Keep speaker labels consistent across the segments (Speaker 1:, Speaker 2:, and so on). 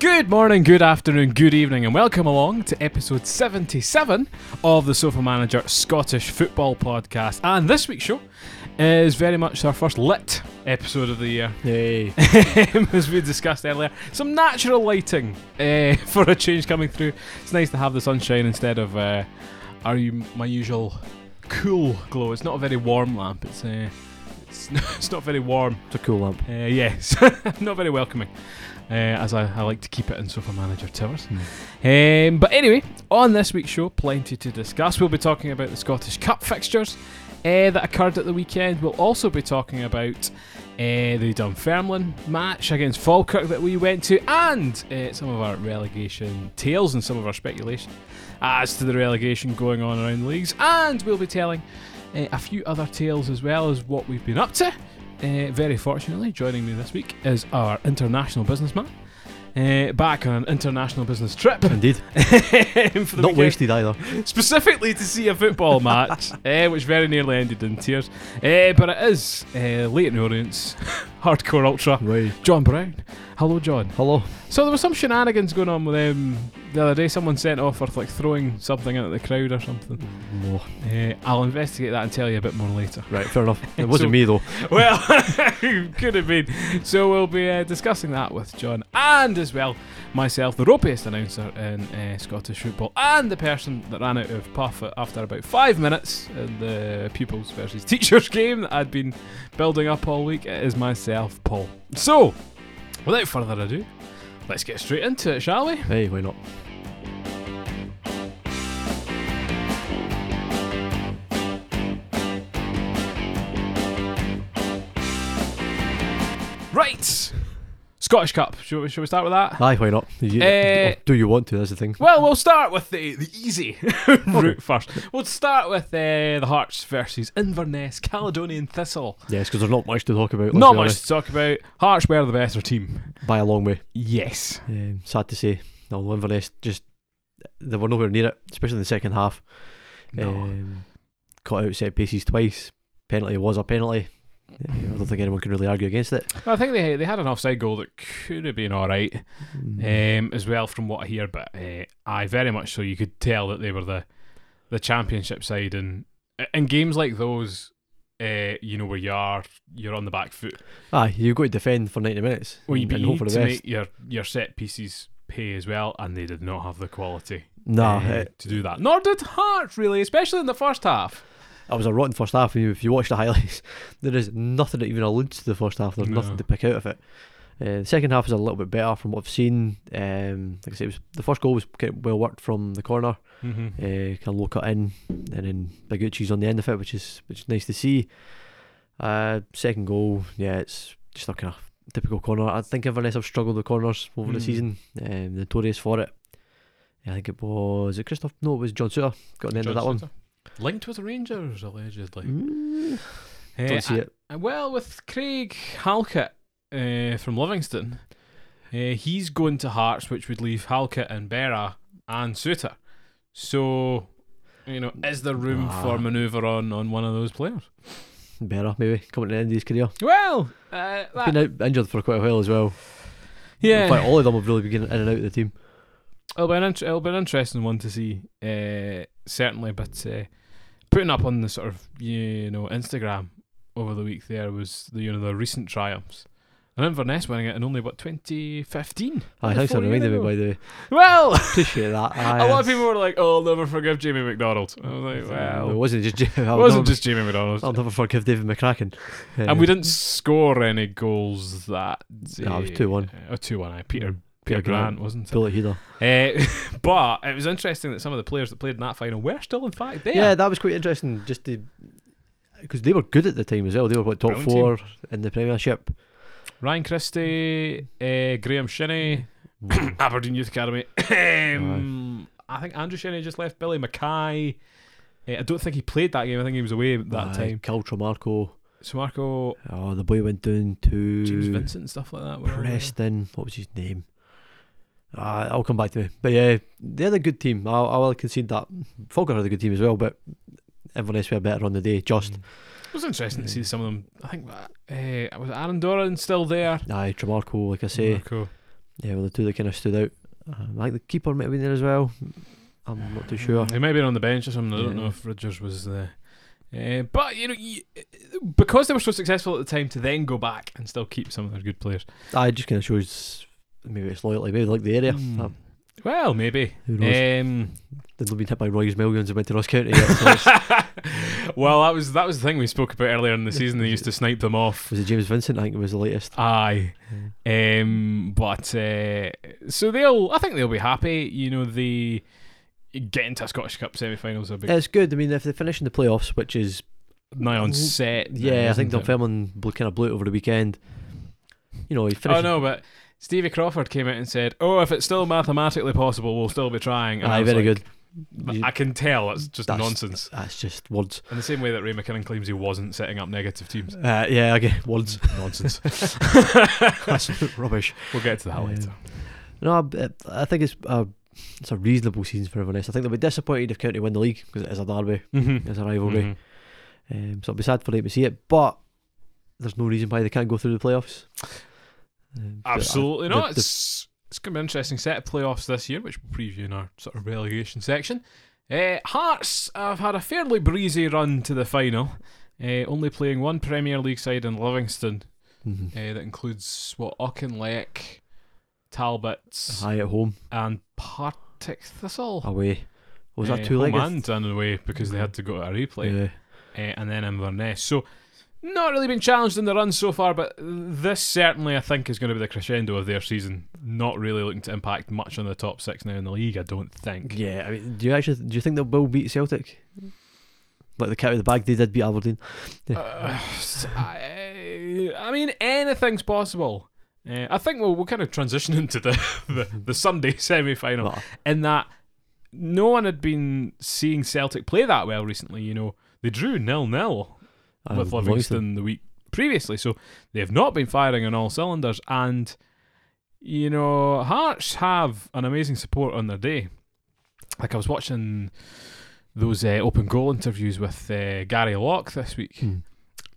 Speaker 1: Good morning, good afternoon, good evening, and welcome along to episode 77 of the Sofa Manager Scottish Football Podcast. And this week's show is very much our first lit episode of the year.
Speaker 2: Yay.
Speaker 1: As we discussed earlier, some natural lighting eh, for a change coming through. It's nice to have the sunshine instead of uh, our, u- my usual cool glow. It's not a very warm lamp, it's, uh, it's, not, it's not very warm.
Speaker 2: It's a cool lamp.
Speaker 1: Uh, yes, not very welcoming, uh, as I, I like to keep it in sofa manager towers. Um, but anyway, on this week's show, plenty to discuss. We'll be talking about the Scottish Cup fixtures uh, that occurred at the weekend. We'll also be talking about uh, the Dunfermline match against Falkirk that we went to, and uh, some of our relegation tales and some of our speculation as to the relegation going on around the leagues. And we'll be telling uh, a few other tales as well as what we've been up to. Uh, very fortunately, joining me this week is our international businessman. Uh, back on an international business trip
Speaker 2: Indeed.
Speaker 1: for the
Speaker 2: Not
Speaker 1: weekend,
Speaker 2: wasted either.
Speaker 1: specifically to see a football match, eh, which very nearly ended in tears. Eh, but it is eh, late in the audience, hardcore ultra.
Speaker 2: Right.
Speaker 1: John Brown, hello John.
Speaker 2: Hello.
Speaker 1: So there was some shenanigans going on with them the other day. Someone sent off for like throwing something at the crowd or something.
Speaker 2: No.
Speaker 1: Eh, I'll investigate that and tell you a bit more later.
Speaker 2: Right, fair enough. It
Speaker 1: So-
Speaker 2: wasn't me though.
Speaker 1: Well, could have been. So we'll be uh, discussing that with John and as well myself, the ropiest announcer in uh, Scottish football, and the person that ran out of puff after about five minutes in the pupils versus teachers game that I'd been building up all week. It is myself, Paul. So, without further ado, let's get straight into it, shall we?
Speaker 2: Hey, why not?
Speaker 1: Right, Scottish Cup. Shall we, shall we start with that?
Speaker 2: Aye, why not? You-
Speaker 1: Eh,
Speaker 2: do you want to? That's the thing.
Speaker 1: Well, we'll start with the, the easy route first. We'll start with uh, the Hearts versus Inverness Caledonian Thistle.
Speaker 2: Yes, because there's not much to talk about. let's
Speaker 1: Not
Speaker 2: be
Speaker 1: much
Speaker 2: honest.
Speaker 1: to talk about. Hearts were the better team.
Speaker 2: By a long way.
Speaker 1: Yes.
Speaker 2: Um, sad to say. No, Inverness just. They were nowhere near it, especially in the second half.
Speaker 1: No.
Speaker 2: Um, caught out set pieces twice. Penalty was a penalty. Eh, I don't think anyone can really argue against it.
Speaker 1: I think they they had an offside goal that could have been all right
Speaker 2: Mm.
Speaker 1: um, as well, from what I hear. But uh, I very much so you could tell that they were the the championship side, and in games like those, uh, you know where you are, you're on the back foot.
Speaker 2: Aye, you've got to defend for 90 minutes
Speaker 1: Well, you,
Speaker 2: and,
Speaker 1: but
Speaker 2: and
Speaker 1: you
Speaker 2: hope
Speaker 1: need
Speaker 2: for the
Speaker 1: to
Speaker 2: best.
Speaker 1: make your, your set pieces pay as well, and they did not have the quality
Speaker 2: Nah,
Speaker 1: uh,
Speaker 2: eh,
Speaker 1: to do that. Nor did Hearts, really, especially in the first half.
Speaker 2: That was a rotten first half. If you- If you watch the highlights, there is nothing that even alludes to the first half. There's
Speaker 1: No.
Speaker 2: nothing to pick out of it. Uh, the second half is a little bit better from what I've seen. Um, like I say, it was, the first goal was kind of well worked from the corner,
Speaker 1: Mm-hmm.
Speaker 2: uh, kind of low cut in, and then Bigucci's on the end of it, which is which is nice to see. Uh, second goal, yeah, it's just a kind of typical corner. I think Inverness have struggled with corners over the
Speaker 1: Mm.
Speaker 2: season. Um, notorious for it. I think it was it Christoph. No, it was John Suter got an end of that one.
Speaker 1: Linked with the Rangers, allegedly.
Speaker 2: Mm,
Speaker 1: Eh,
Speaker 2: don't see
Speaker 1: I-
Speaker 2: it.
Speaker 1: I- well, with Craig Halkett uh, from Livingston, uh, he's going to Hearts, which would leave Halkett and Berra and Suter. So, you know, is there room
Speaker 2: Nah.
Speaker 1: for manoeuvre on, on one of those players?
Speaker 2: better maybe coming to the end of his career.
Speaker 1: Well, uh,
Speaker 2: Been
Speaker 1: that,
Speaker 2: out injured for quite a while as well.
Speaker 1: yeah.
Speaker 2: In fact, all of them have really been getting in and out of the team.
Speaker 1: It'll be an int- it'll be an interesting one to see, uh, certainly. But uh, putting up on the sort of you know Instagram over the week there was the you know the recent triumphs. And Inverness winning it in only what 2015.
Speaker 2: Aye, thanks for
Speaker 1: Four years
Speaker 2: reminding me
Speaker 1: ago.
Speaker 2: by the way.
Speaker 1: Well,
Speaker 2: Appreciate that. Aye,
Speaker 1: a lot of
Speaker 2: that's-
Speaker 1: people were like, "Oh, I'll never forgive Jamie McDonald." I was like,
Speaker 2: it
Speaker 1: "Well,
Speaker 2: wasn't just I'll
Speaker 1: it wasn't
Speaker 2: never,
Speaker 1: just Jamie McDonald."
Speaker 2: I'll never forgive David McCracken.
Speaker 1: And we didn't score any goals that day.
Speaker 2: No, it was 2-1.
Speaker 1: Oh, 2-1, aye. Peter, Peter,
Speaker 2: Peter
Speaker 1: Grant,
Speaker 2: Grant.
Speaker 1: wasn't it?
Speaker 2: Bullet healer.
Speaker 1: Uh, but it was interesting that some of the players that played in that final were still, in fact, there.
Speaker 2: Yeah. that was quite interesting. Just to because they were good at the time as well. They were what top
Speaker 1: Brilliant
Speaker 2: four in the Premiership.
Speaker 1: Ryan Christie, uh,
Speaker 2: eh,
Speaker 1: Graham Shinney, Aberdeen Youth Academy. um, I think Andrew Shinney just left. Billy Mackay. Uh, I don't think he played that game. I think he was away at that
Speaker 2: Aye,
Speaker 1: time.
Speaker 2: Caltra Marco.
Speaker 1: So Marco,
Speaker 2: Oh, the boy went down to
Speaker 1: James Vincent, and stuff like that. were all there.
Speaker 2: Preston. What was his name? Uh, I'll come back to it. But yeah, they had a good team. I, I will concede that. Falkirk had a good team as well, but Inverness were better on the day. Just
Speaker 1: uh, It was interesting to see some of them. I think uh, was Aaron Doran still there. Mm.
Speaker 2: aye, Tremarco, like I say,
Speaker 1: Marco.
Speaker 2: Yeah, well, the two that kind of stood out. Um, I think the keeper might have been there as well. I'm not too sure.
Speaker 1: He might have been on the bench or something. I don't
Speaker 2: Yeah.
Speaker 1: know if Rodgers was there. Uh, but you know, y- because they were so successful at the time, to then go back and still keep some of their good players.
Speaker 2: I just kind of shows maybe it's loyalty, maybe they like the area.
Speaker 1: Hmm.
Speaker 2: Um,
Speaker 1: Well, maybe.
Speaker 2: who knows?
Speaker 1: Um,
Speaker 2: They've not been hit by Roy's millions and went to Ross County yet. So it's-
Speaker 1: well, that was that was the thing we spoke about earlier in the season. They used to snipe them off.
Speaker 2: was it James Vincent? I think it was the latest.
Speaker 1: Aye.
Speaker 2: Yeah.
Speaker 1: Um, but uh, so they'll, I think they'll be happy. You know, the getting to a Scottish Cup semi-finals are big,
Speaker 2: It's good. I mean, if they finish in the playoffs, which is
Speaker 1: nigh on set. now,
Speaker 2: yeah, I think
Speaker 1: isn't it?
Speaker 2: Dunfermline bl- kind of blew it over the weekend. You know, he finished.
Speaker 1: Oh no, but Stevie Crawford came out and said, "Oh, if it's still mathematically possible, we'll still be trying." And I
Speaker 2: Aye,
Speaker 1: was
Speaker 2: very
Speaker 1: like,
Speaker 2: good.
Speaker 1: "But I can tell that's just
Speaker 2: That's-
Speaker 1: nonsense.
Speaker 2: That's just words.
Speaker 1: In the same way that Ray McKinnon claims he wasn't setting up negative teams.
Speaker 2: Uh, yeah, okay, words.
Speaker 1: nonsense.
Speaker 2: That's rubbish.
Speaker 1: we'll get to that
Speaker 2: Yeah.
Speaker 1: later.
Speaker 2: No, I, uh, I think it's a, it's a reasonable season for everyone else. I think they'll be disappointed if County win the league because it is a derby,
Speaker 1: Mm-hmm.
Speaker 2: it's a rivalry. Um, so it'll be sad for them to see it, but there's no reason why they can't go through the playoffs. Um, but I-
Speaker 1: Absolutely
Speaker 2: the-
Speaker 1: not.
Speaker 2: the-
Speaker 1: it's it's going to be an interesting set of playoffs this year, which we'll preview in our sort of relegation section. Uh, Hearts have had a fairly breezy run to the final, uh, only playing one Premier League side in Livingston.
Speaker 2: Mhm.
Speaker 1: Uh, that includes what Auchinleck, Talbot,
Speaker 2: High at home,
Speaker 1: and Partick Thistle.
Speaker 2: away. Was
Speaker 1: Uh,
Speaker 2: that two legged?
Speaker 1: Home and done away because they had to go to a replay,
Speaker 2: Yeah.
Speaker 1: uh, and then Inverness. So, not really been challenged in the run so far, but this certainly I think is going to be the crescendo of their season. Not really looking to impact much on the top six now in the league, I don't think.
Speaker 2: Yeah, I mean, do you actually do you think they will beat Celtic? Like the cat with the bag, they did beat Aberdeen.
Speaker 1: Uh, I, I mean, anything's possible. Uh, I think we'll, we'll kind of transition into the, the, the Sunday semi final.
Speaker 2: But
Speaker 1: in that no one had been seeing Celtic play that well recently. You know, they drew nil nil
Speaker 2: I
Speaker 1: with
Speaker 2: would like them.
Speaker 1: Livingston the week previously, so they have not been firing on all cylinders. And you know, Hearts have an amazing support on their day. Like I was watching those uh, open goal interviews with uh, Gary Locke this week,
Speaker 2: Hmm.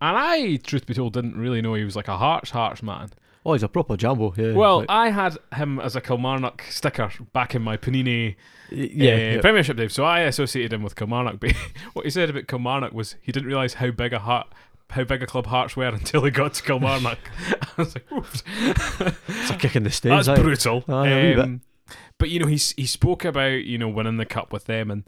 Speaker 1: and I, truth be told, didn't really know he was like a Hearts Hearts man.
Speaker 2: Oh, he's a proper jambo. Yeah.
Speaker 1: Well,
Speaker 2: like-
Speaker 1: I had him as a Kilmarnock sticker back in my Panini
Speaker 2: yeah,
Speaker 1: yeah,
Speaker 2: yeah.
Speaker 1: Uh, Premiership Dave. So I associated him with Kilmarnock. But what he said about Kilmarnock was he didn't realise how big a heart, how big a club Hearts were until he got to Kilmarnock. I was like, "Oops,
Speaker 2: it's a kick in the
Speaker 1: that's
Speaker 2: stands. aye.
Speaker 1: brutal.
Speaker 2: Aye, a wee bit.
Speaker 1: Um, but you know, he s- he spoke about you know winning the cup with them and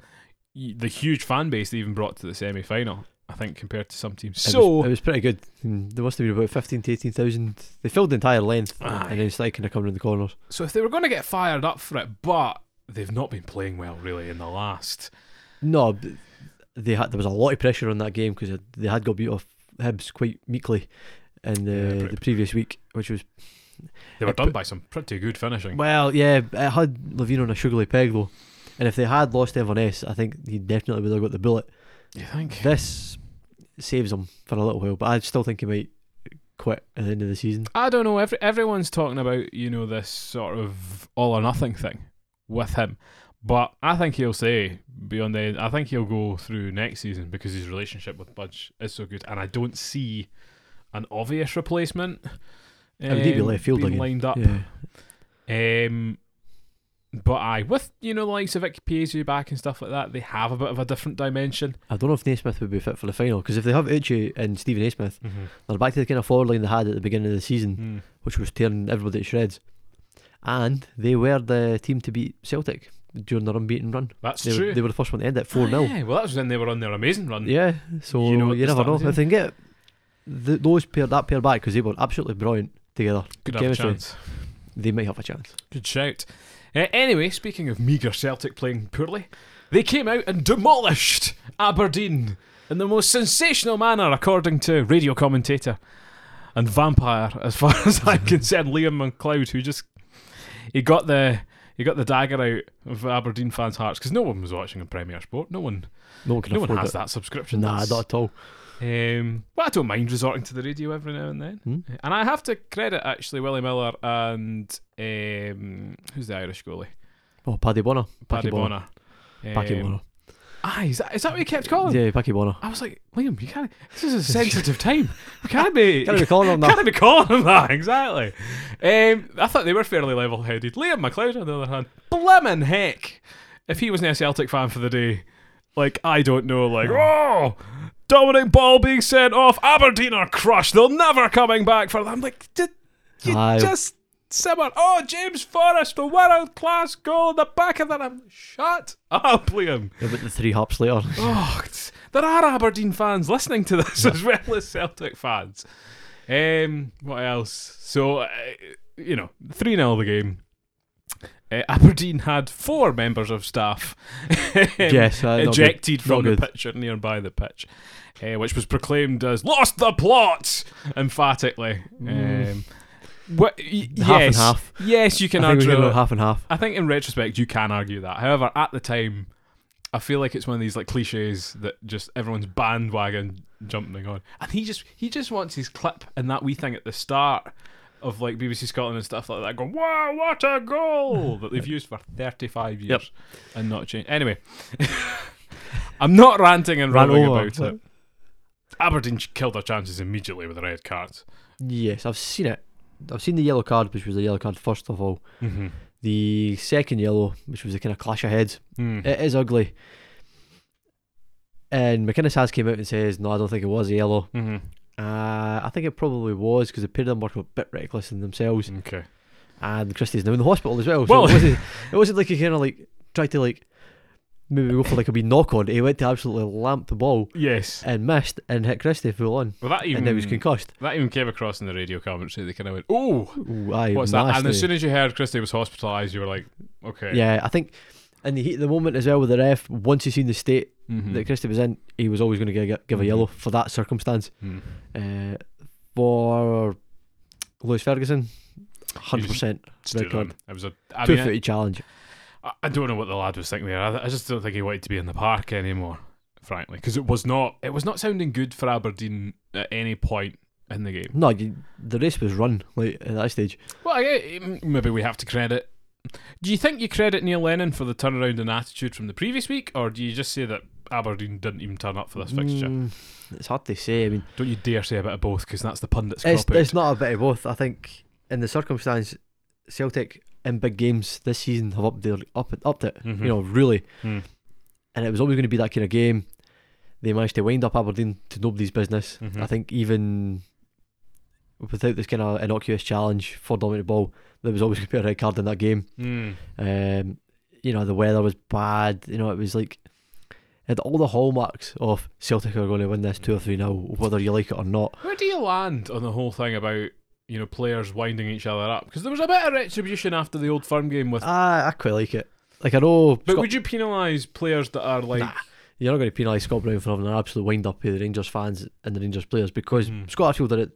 Speaker 1: y- the huge fan base they even brought to the semi final. I think compared to some teams.
Speaker 2: It was-
Speaker 1: so
Speaker 2: it was pretty good. Mm, There must have been about fifteen to eighteen thousand. They filled the entire length,
Speaker 1: Aye.
Speaker 2: and then started kind of coming in the corners.
Speaker 1: so if they were going to get fired up for it, but they've not been playing well really in the last.
Speaker 2: No, b- they had there was a lot of pressure on that game because they had got beat off Hibs quite meekly in
Speaker 1: Yeah,
Speaker 2: the,
Speaker 1: pretty-
Speaker 2: the previous week, which was
Speaker 1: They were
Speaker 2: It
Speaker 1: done
Speaker 2: put-
Speaker 1: by some pretty good finishing.
Speaker 2: Well, yeah, it had Levine on a sugarly peg though, and if they had lost Inverness, I think he definitely would have got the bullet.
Speaker 1: You think?
Speaker 2: This saves him for a little while, but I still think he might quit at the end of the season.
Speaker 1: I don't know. Every, everyone's talking about you know this sort of all or nothing thing with him, but I think he'll say beyond the. end- I think he'll go through next season because his relationship with Budge is so good, and I don't see an obvious replacement.
Speaker 2: I mean, he'd be
Speaker 1: um,
Speaker 2: left field
Speaker 1: being
Speaker 2: again.
Speaker 1: lined up.
Speaker 2: Yeah,
Speaker 1: Um, but I with you know the likes of Vic Piezu back and stuff like that, they have a bit of a different dimension.
Speaker 2: I don't know if Naismith would be fit for the final because if they have Uche and Stephen Naismith, they're back to the kind of forward line they had at the beginning of the season,
Speaker 1: Mm.
Speaker 2: which was tearing everybody to shreds. And they were the team to beat Celtic during their unbeaten run.
Speaker 1: That's
Speaker 2: They
Speaker 1: true.
Speaker 2: were, they were the first one to end at
Speaker 1: Ah,
Speaker 2: four 0
Speaker 1: yeah, well, that was when they were on their amazing run.
Speaker 2: Yeah, so
Speaker 1: Um, You
Speaker 2: you,
Speaker 1: know at the
Speaker 2: never
Speaker 1: start
Speaker 2: know
Speaker 1: of the
Speaker 2: if they can get th those pair that pair back because they were absolutely brilliant together.
Speaker 1: Could have a
Speaker 2: chemistry.
Speaker 1: chance.
Speaker 2: They might have a chance.
Speaker 1: Good shout. Uh, anyway, speaking of meagre Celtic playing poorly, they came out and demolished Aberdeen in the most sensational manner, according to radio commentator and vampire, as far as I'm concerned, Liam McLeod, who just he got the he got the dagger out of Aberdeen fans' hearts because no one was watching in Premier Sport. No one,
Speaker 2: No one can
Speaker 1: no one
Speaker 2: afford
Speaker 1: has
Speaker 2: it.
Speaker 1: that subscription.
Speaker 2: Nah,
Speaker 1: That's-
Speaker 2: not at all.
Speaker 1: um, but I don't mind resorting to the radio every now and then. Uh,
Speaker 2: Hmm?
Speaker 1: And I have to credit actually Willie Miller and um, who's the Irish goalie?
Speaker 2: Oh, Paddy Bonner.
Speaker 1: Paddy Bonner.
Speaker 2: Paddy
Speaker 1: Um, oh.
Speaker 2: Bonner.
Speaker 1: Aye, is that, is that what he kept calling?
Speaker 2: Yeah, Bucky Bonner.
Speaker 1: I was like, Liam, you can't. This is a sensitive time. We can't be.
Speaker 2: Can't be calling him
Speaker 1: Can't
Speaker 2: that.
Speaker 1: be calling him that, exactly. Um, I thought they were fairly level headed. Liam McLeod, on the other hand, blimmin' heck. If he wasn't a Celtic fan for the day, like, I don't know, like, oh, Dominic Ball being sent off, Aberdeen are crushed, they're never coming back for them. Like, did you
Speaker 2: Aye.
Speaker 1: just simmer? Oh, James Forrest, the world class goal in the back of that. I'm, shut up, Liam.
Speaker 2: About the three hops later.
Speaker 1: Oh, it's- there are Aberdeen fans listening to this as well as Celtic fans. Um, what else? So, uh, you know, 3 0 the game. Uh, Aberdeen had four members of staff um,
Speaker 2: yes, uh, not good.
Speaker 1: ejected from
Speaker 2: Not
Speaker 1: the
Speaker 2: good.
Speaker 1: pitch or nearby the pitch, uh, which was proclaimed as lost the plot emphatically. Um, wh- y-
Speaker 2: Mm. Half and
Speaker 1: yes,
Speaker 2: half.
Speaker 1: Yes, you can
Speaker 2: I think we
Speaker 1: argue
Speaker 2: can go
Speaker 1: that.
Speaker 2: half and half.
Speaker 1: I think in retrospect you can argue that. However, at the time, I feel like it's one of these like cliches that just everyone's bandwagon jumping on. And he just he just wants his clip and that wee thing at the start of like BBC Scotland and stuff like that going, Wow, what a goal that they've used for thirty five years and not changed. Anyway. I'm not ranting and
Speaker 2: Ran
Speaker 1: raving
Speaker 2: over.
Speaker 1: about it. Aberdeen killed their chances immediately with a red card.
Speaker 2: Yes, I've seen it. I've seen the yellow card, which was the yellow card first of all.
Speaker 1: Mm-hmm.
Speaker 2: The second yellow, which was the kind of clash of heads.
Speaker 1: Mm-hmm. Eh.
Speaker 2: It is ugly. And McInnes has came out and says, "No, I don't think it was a yellow.
Speaker 1: hmm
Speaker 2: Uh, I think it probably was because the pair of them were a bit reckless in themselves."
Speaker 1: Okay.
Speaker 2: And Christie's now in the hospital as well. So
Speaker 1: Mm. Well-
Speaker 2: it, wasn't, it wasn't like he kind of like tried to like maybe go for like a wee knock on. He went to absolutely lamp the ball
Speaker 1: Yes.
Speaker 2: and missed and hit Christie full on,
Speaker 1: Well, that even
Speaker 2: and now he's concussed.
Speaker 1: That even came across in the radio commentary. They kind of went, "Oh,
Speaker 2: Ooh, aye,
Speaker 1: what's that?" And
Speaker 2: nasty.
Speaker 1: as soon as you heard Christie was hospitalised, you were like, "Okay,
Speaker 2: Yeah, I think in the heat of the moment as well with the ref, once he seen the state
Speaker 1: Mhm.
Speaker 2: that Christie was in, he was always going to give a
Speaker 1: Mhm.
Speaker 2: yellow for that circumstance.
Speaker 1: Hmm.
Speaker 2: Uh, for Lewis Ferguson, 100%
Speaker 1: Stood
Speaker 2: card.
Speaker 1: on. It was a. I,
Speaker 2: two
Speaker 1: mean, I-
Speaker 2: footed challenge.
Speaker 1: I, I don't know what the lad was thinking there. I, I just don't think he wanted to be in the park anymore, frankly, because it was not. It was not sounding good for Aberdeen at any point in the game.
Speaker 2: No, you, the race was run like at that stage.
Speaker 1: Well, I, I- maybe we have to credit. Do you think you credit Neil Lennon for the turnaround in attitude from the previous week, or do you just say that Aberdeen didn't even turn up for this fixture?
Speaker 2: Mm, it's hard to say. I mean,
Speaker 1: Don't you dare say a bit of both, because that's the pundits'
Speaker 2: it's,
Speaker 1: cop-out.
Speaker 2: it's not a bit of both. I think in the circumstance, Celtic in big games this season have upped their up upped it.
Speaker 1: Mhm.
Speaker 2: You know, really,
Speaker 1: Hmm.
Speaker 2: and it was always going to be that kind of game. They managed to wind up Aberdeen to nobody's business.
Speaker 1: Mhm.
Speaker 2: I think even without this kind of innocuous challenge for Dominic Ball, there was always going to be a red card in that game.
Speaker 1: Mm.
Speaker 2: Um, you know, the weather was bad. You know, it was like it had all the hallmarks of Celtic are going to win this two or three now, whether you like it or not.
Speaker 1: Where do you land on the whole thing about you know players winding each other up? Because there was a bit of retribution after the old firm game with.
Speaker 2: I, I quite like it. Like I know,
Speaker 1: but
Speaker 2: Ah, Scott-
Speaker 1: would you penalise players that are like?
Speaker 2: Nah. you're not going to penalise Scott Brown for having an absolute wind up with the Rangers fans and the Rangers players because
Speaker 1: Mhm.
Speaker 2: Scott Arfield did it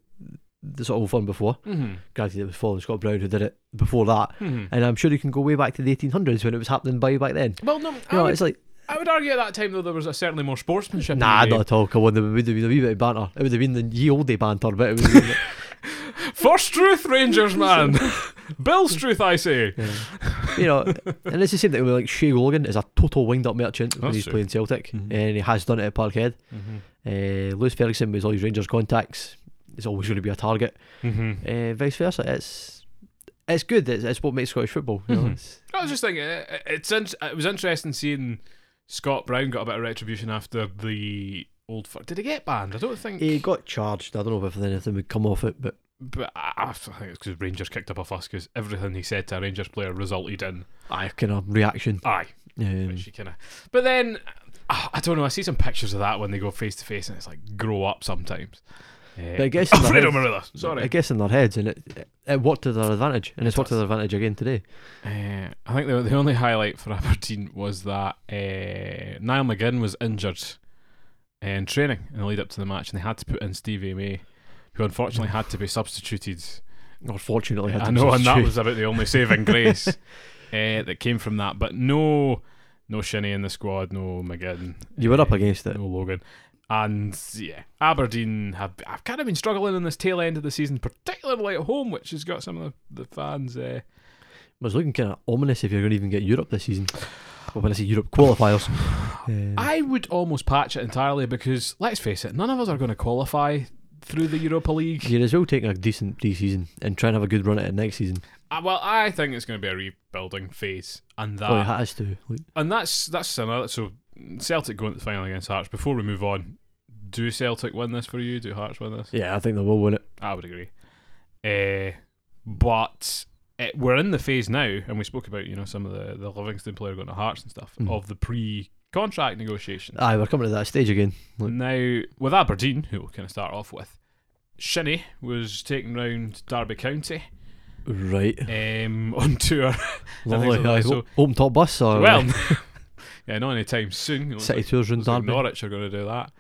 Speaker 2: the sort of fun before.
Speaker 1: Mhm,
Speaker 2: Granted, it was following Scott Brown who did it before that,
Speaker 1: mhm.
Speaker 2: and I'm sure you can go way back to the 1800s when it was happening by back then.
Speaker 1: Well, no, I,
Speaker 2: You know,
Speaker 1: would,
Speaker 2: it's like
Speaker 1: I would argue at that time though there was a, certainly more sportsmanship. in
Speaker 2: nah,
Speaker 1: the game.
Speaker 2: not at all. Come on, there would have been a wee bit of banter. It would have been the ye olde banter, but it was.
Speaker 1: First truth, Rangers man. Bill's truth, I say.
Speaker 2: you know, and it's the same thing with like Shea Logan is a total wind up merchant when
Speaker 1: That's
Speaker 2: he's
Speaker 1: true.
Speaker 2: playing Celtic,
Speaker 1: Mhm.
Speaker 2: and he has done it at Parkhead.
Speaker 1: Mhm,
Speaker 2: Uh, Lewis Ferguson with all his Rangers contacts is always going to be a target.
Speaker 1: mhm.
Speaker 2: Uh, vice versa, it's it's good. It's, it's what makes Scottish football. You know,
Speaker 1: Mhm.
Speaker 2: it's-
Speaker 1: I was just thinking, it, it's in, it was interesting seeing Scott Brown got a bit of retribution after the old. Fir- Did he get banned? I don't think.
Speaker 2: he got charged. I don't know if anything would come off it, but
Speaker 1: But I, I think it's because Rangers kicked up a fuss because everything he said to a Rangers player resulted in
Speaker 2: I kind of reaction.
Speaker 1: aye,
Speaker 2: Um,
Speaker 1: which you kind of. But then ah, I don't know. I see some pictures of that when they go face to face, and it's like grow up sometimes.
Speaker 2: But I
Speaker 1: Uh,
Speaker 2: guess in their
Speaker 1: Alfredo
Speaker 2: heads-
Speaker 1: Morelos, sorry.
Speaker 2: I guess in their heads, and it it worked to their advantage, and it's worked to
Speaker 1: does.
Speaker 2: their advantage again today.
Speaker 1: Uh, I think the, the only highlight for Aberdeen was that uh, Niall McGinn was injured eh, in training in the lead up to the match, and they had to put in Stevie May, who unfortunately had to be substituted.
Speaker 2: Unfortunately,
Speaker 1: I know, and that was about the only saving grace uh, that came from that. But no, no Shinny in the squad, no McGinn,
Speaker 2: you were up against it.
Speaker 1: no Logan, and yeah, Aberdeen have I've kind of been struggling in this tail end of the season, particularly at home, which has got some of the, the fans. Uh,
Speaker 2: It was looking kind of ominous if you're going to even get Europe this season. Well, when I say Europe qualifiers, uh,
Speaker 1: I would almost patch it entirely because let's face it, none of us are going to qualify through the Europa League.
Speaker 2: you're as well taking a decent pre-season and trying to have a good run at it next season.
Speaker 1: Uh, well, I think it's going to be a rebuilding phase, and that
Speaker 2: oh, it has to. Like,
Speaker 1: and that's that's similar. So Celtic going to the final against Hearts. Before we move on, do Celtic win this for you? Do Hearts win this?
Speaker 2: yeah, I think they will win it.
Speaker 1: I would agree. Uh, but it, we're in the phase now, and we spoke about you know some of the the Livingston player going to Hearts and stuff
Speaker 2: Mhm.
Speaker 1: of the pre contract negotiations.
Speaker 2: Aye, we're coming to that stage again. Like,
Speaker 1: Now, with Aberdeen, who we'll kind of start off with, Shinny was taken round Derby County
Speaker 2: right.
Speaker 1: um, on tour.
Speaker 2: Lovely.
Speaker 1: so,
Speaker 2: aye,
Speaker 1: so-
Speaker 2: o- open top bus or
Speaker 1: well,
Speaker 2: uh,
Speaker 1: yeah, not anytime soon. It looks
Speaker 2: City
Speaker 1: like-
Speaker 2: tours in
Speaker 1: looks like
Speaker 2: Derby.
Speaker 1: Norwich are going to do that.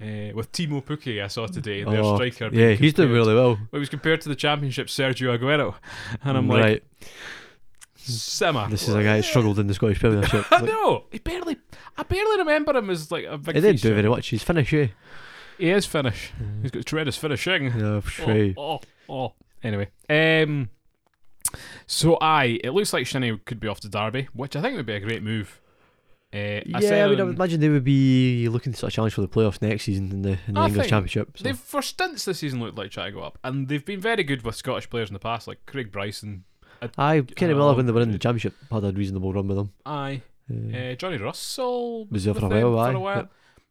Speaker 1: Uh, with Timo Pukki, I saw today, their
Speaker 2: Oh,
Speaker 1: striker. being
Speaker 2: yeah, he's doing
Speaker 1: compared-
Speaker 2: really well.
Speaker 1: Well, he was compared to the championship Sergio Aguero. And I'm like,
Speaker 2: right,
Speaker 1: Simmer.
Speaker 2: this is a guy that struggled in the Scottish Premiership.
Speaker 1: I
Speaker 2: Like,
Speaker 1: know. He barely. I barely remember him as like a big.
Speaker 2: he didn't do
Speaker 1: feature.
Speaker 2: very Mm. much. He's finished, yeah.
Speaker 1: He is Finnish. He's got tremendous finishing.
Speaker 2: Yeah, sure.
Speaker 1: Oh, oh, oh. Anyway, um, so aye, it looks like Shinny could be off to Derby, which I think would be a great move. Uh, I
Speaker 2: yeah, I
Speaker 1: said
Speaker 2: mean, I
Speaker 1: on-
Speaker 2: would imagine they would be looking to sort of challenge for the playoffs next season in the, in the
Speaker 1: I
Speaker 2: English
Speaker 1: think
Speaker 2: Championship. So.
Speaker 1: they've for stints this season looked like trying to go up, and they've been very good with Scottish players in the past, like Craig Bryson.
Speaker 2: Aye, Kenny
Speaker 1: Oh,
Speaker 2: Miller when they were in the
Speaker 1: good.
Speaker 2: championship had a reasonable run with them.
Speaker 1: Aye,
Speaker 2: Uh,
Speaker 1: uh, Johnny Russell
Speaker 2: Was there for
Speaker 1: with
Speaker 2: a
Speaker 1: them
Speaker 2: while,
Speaker 1: For a
Speaker 2: aye,
Speaker 1: while.
Speaker 2: yep.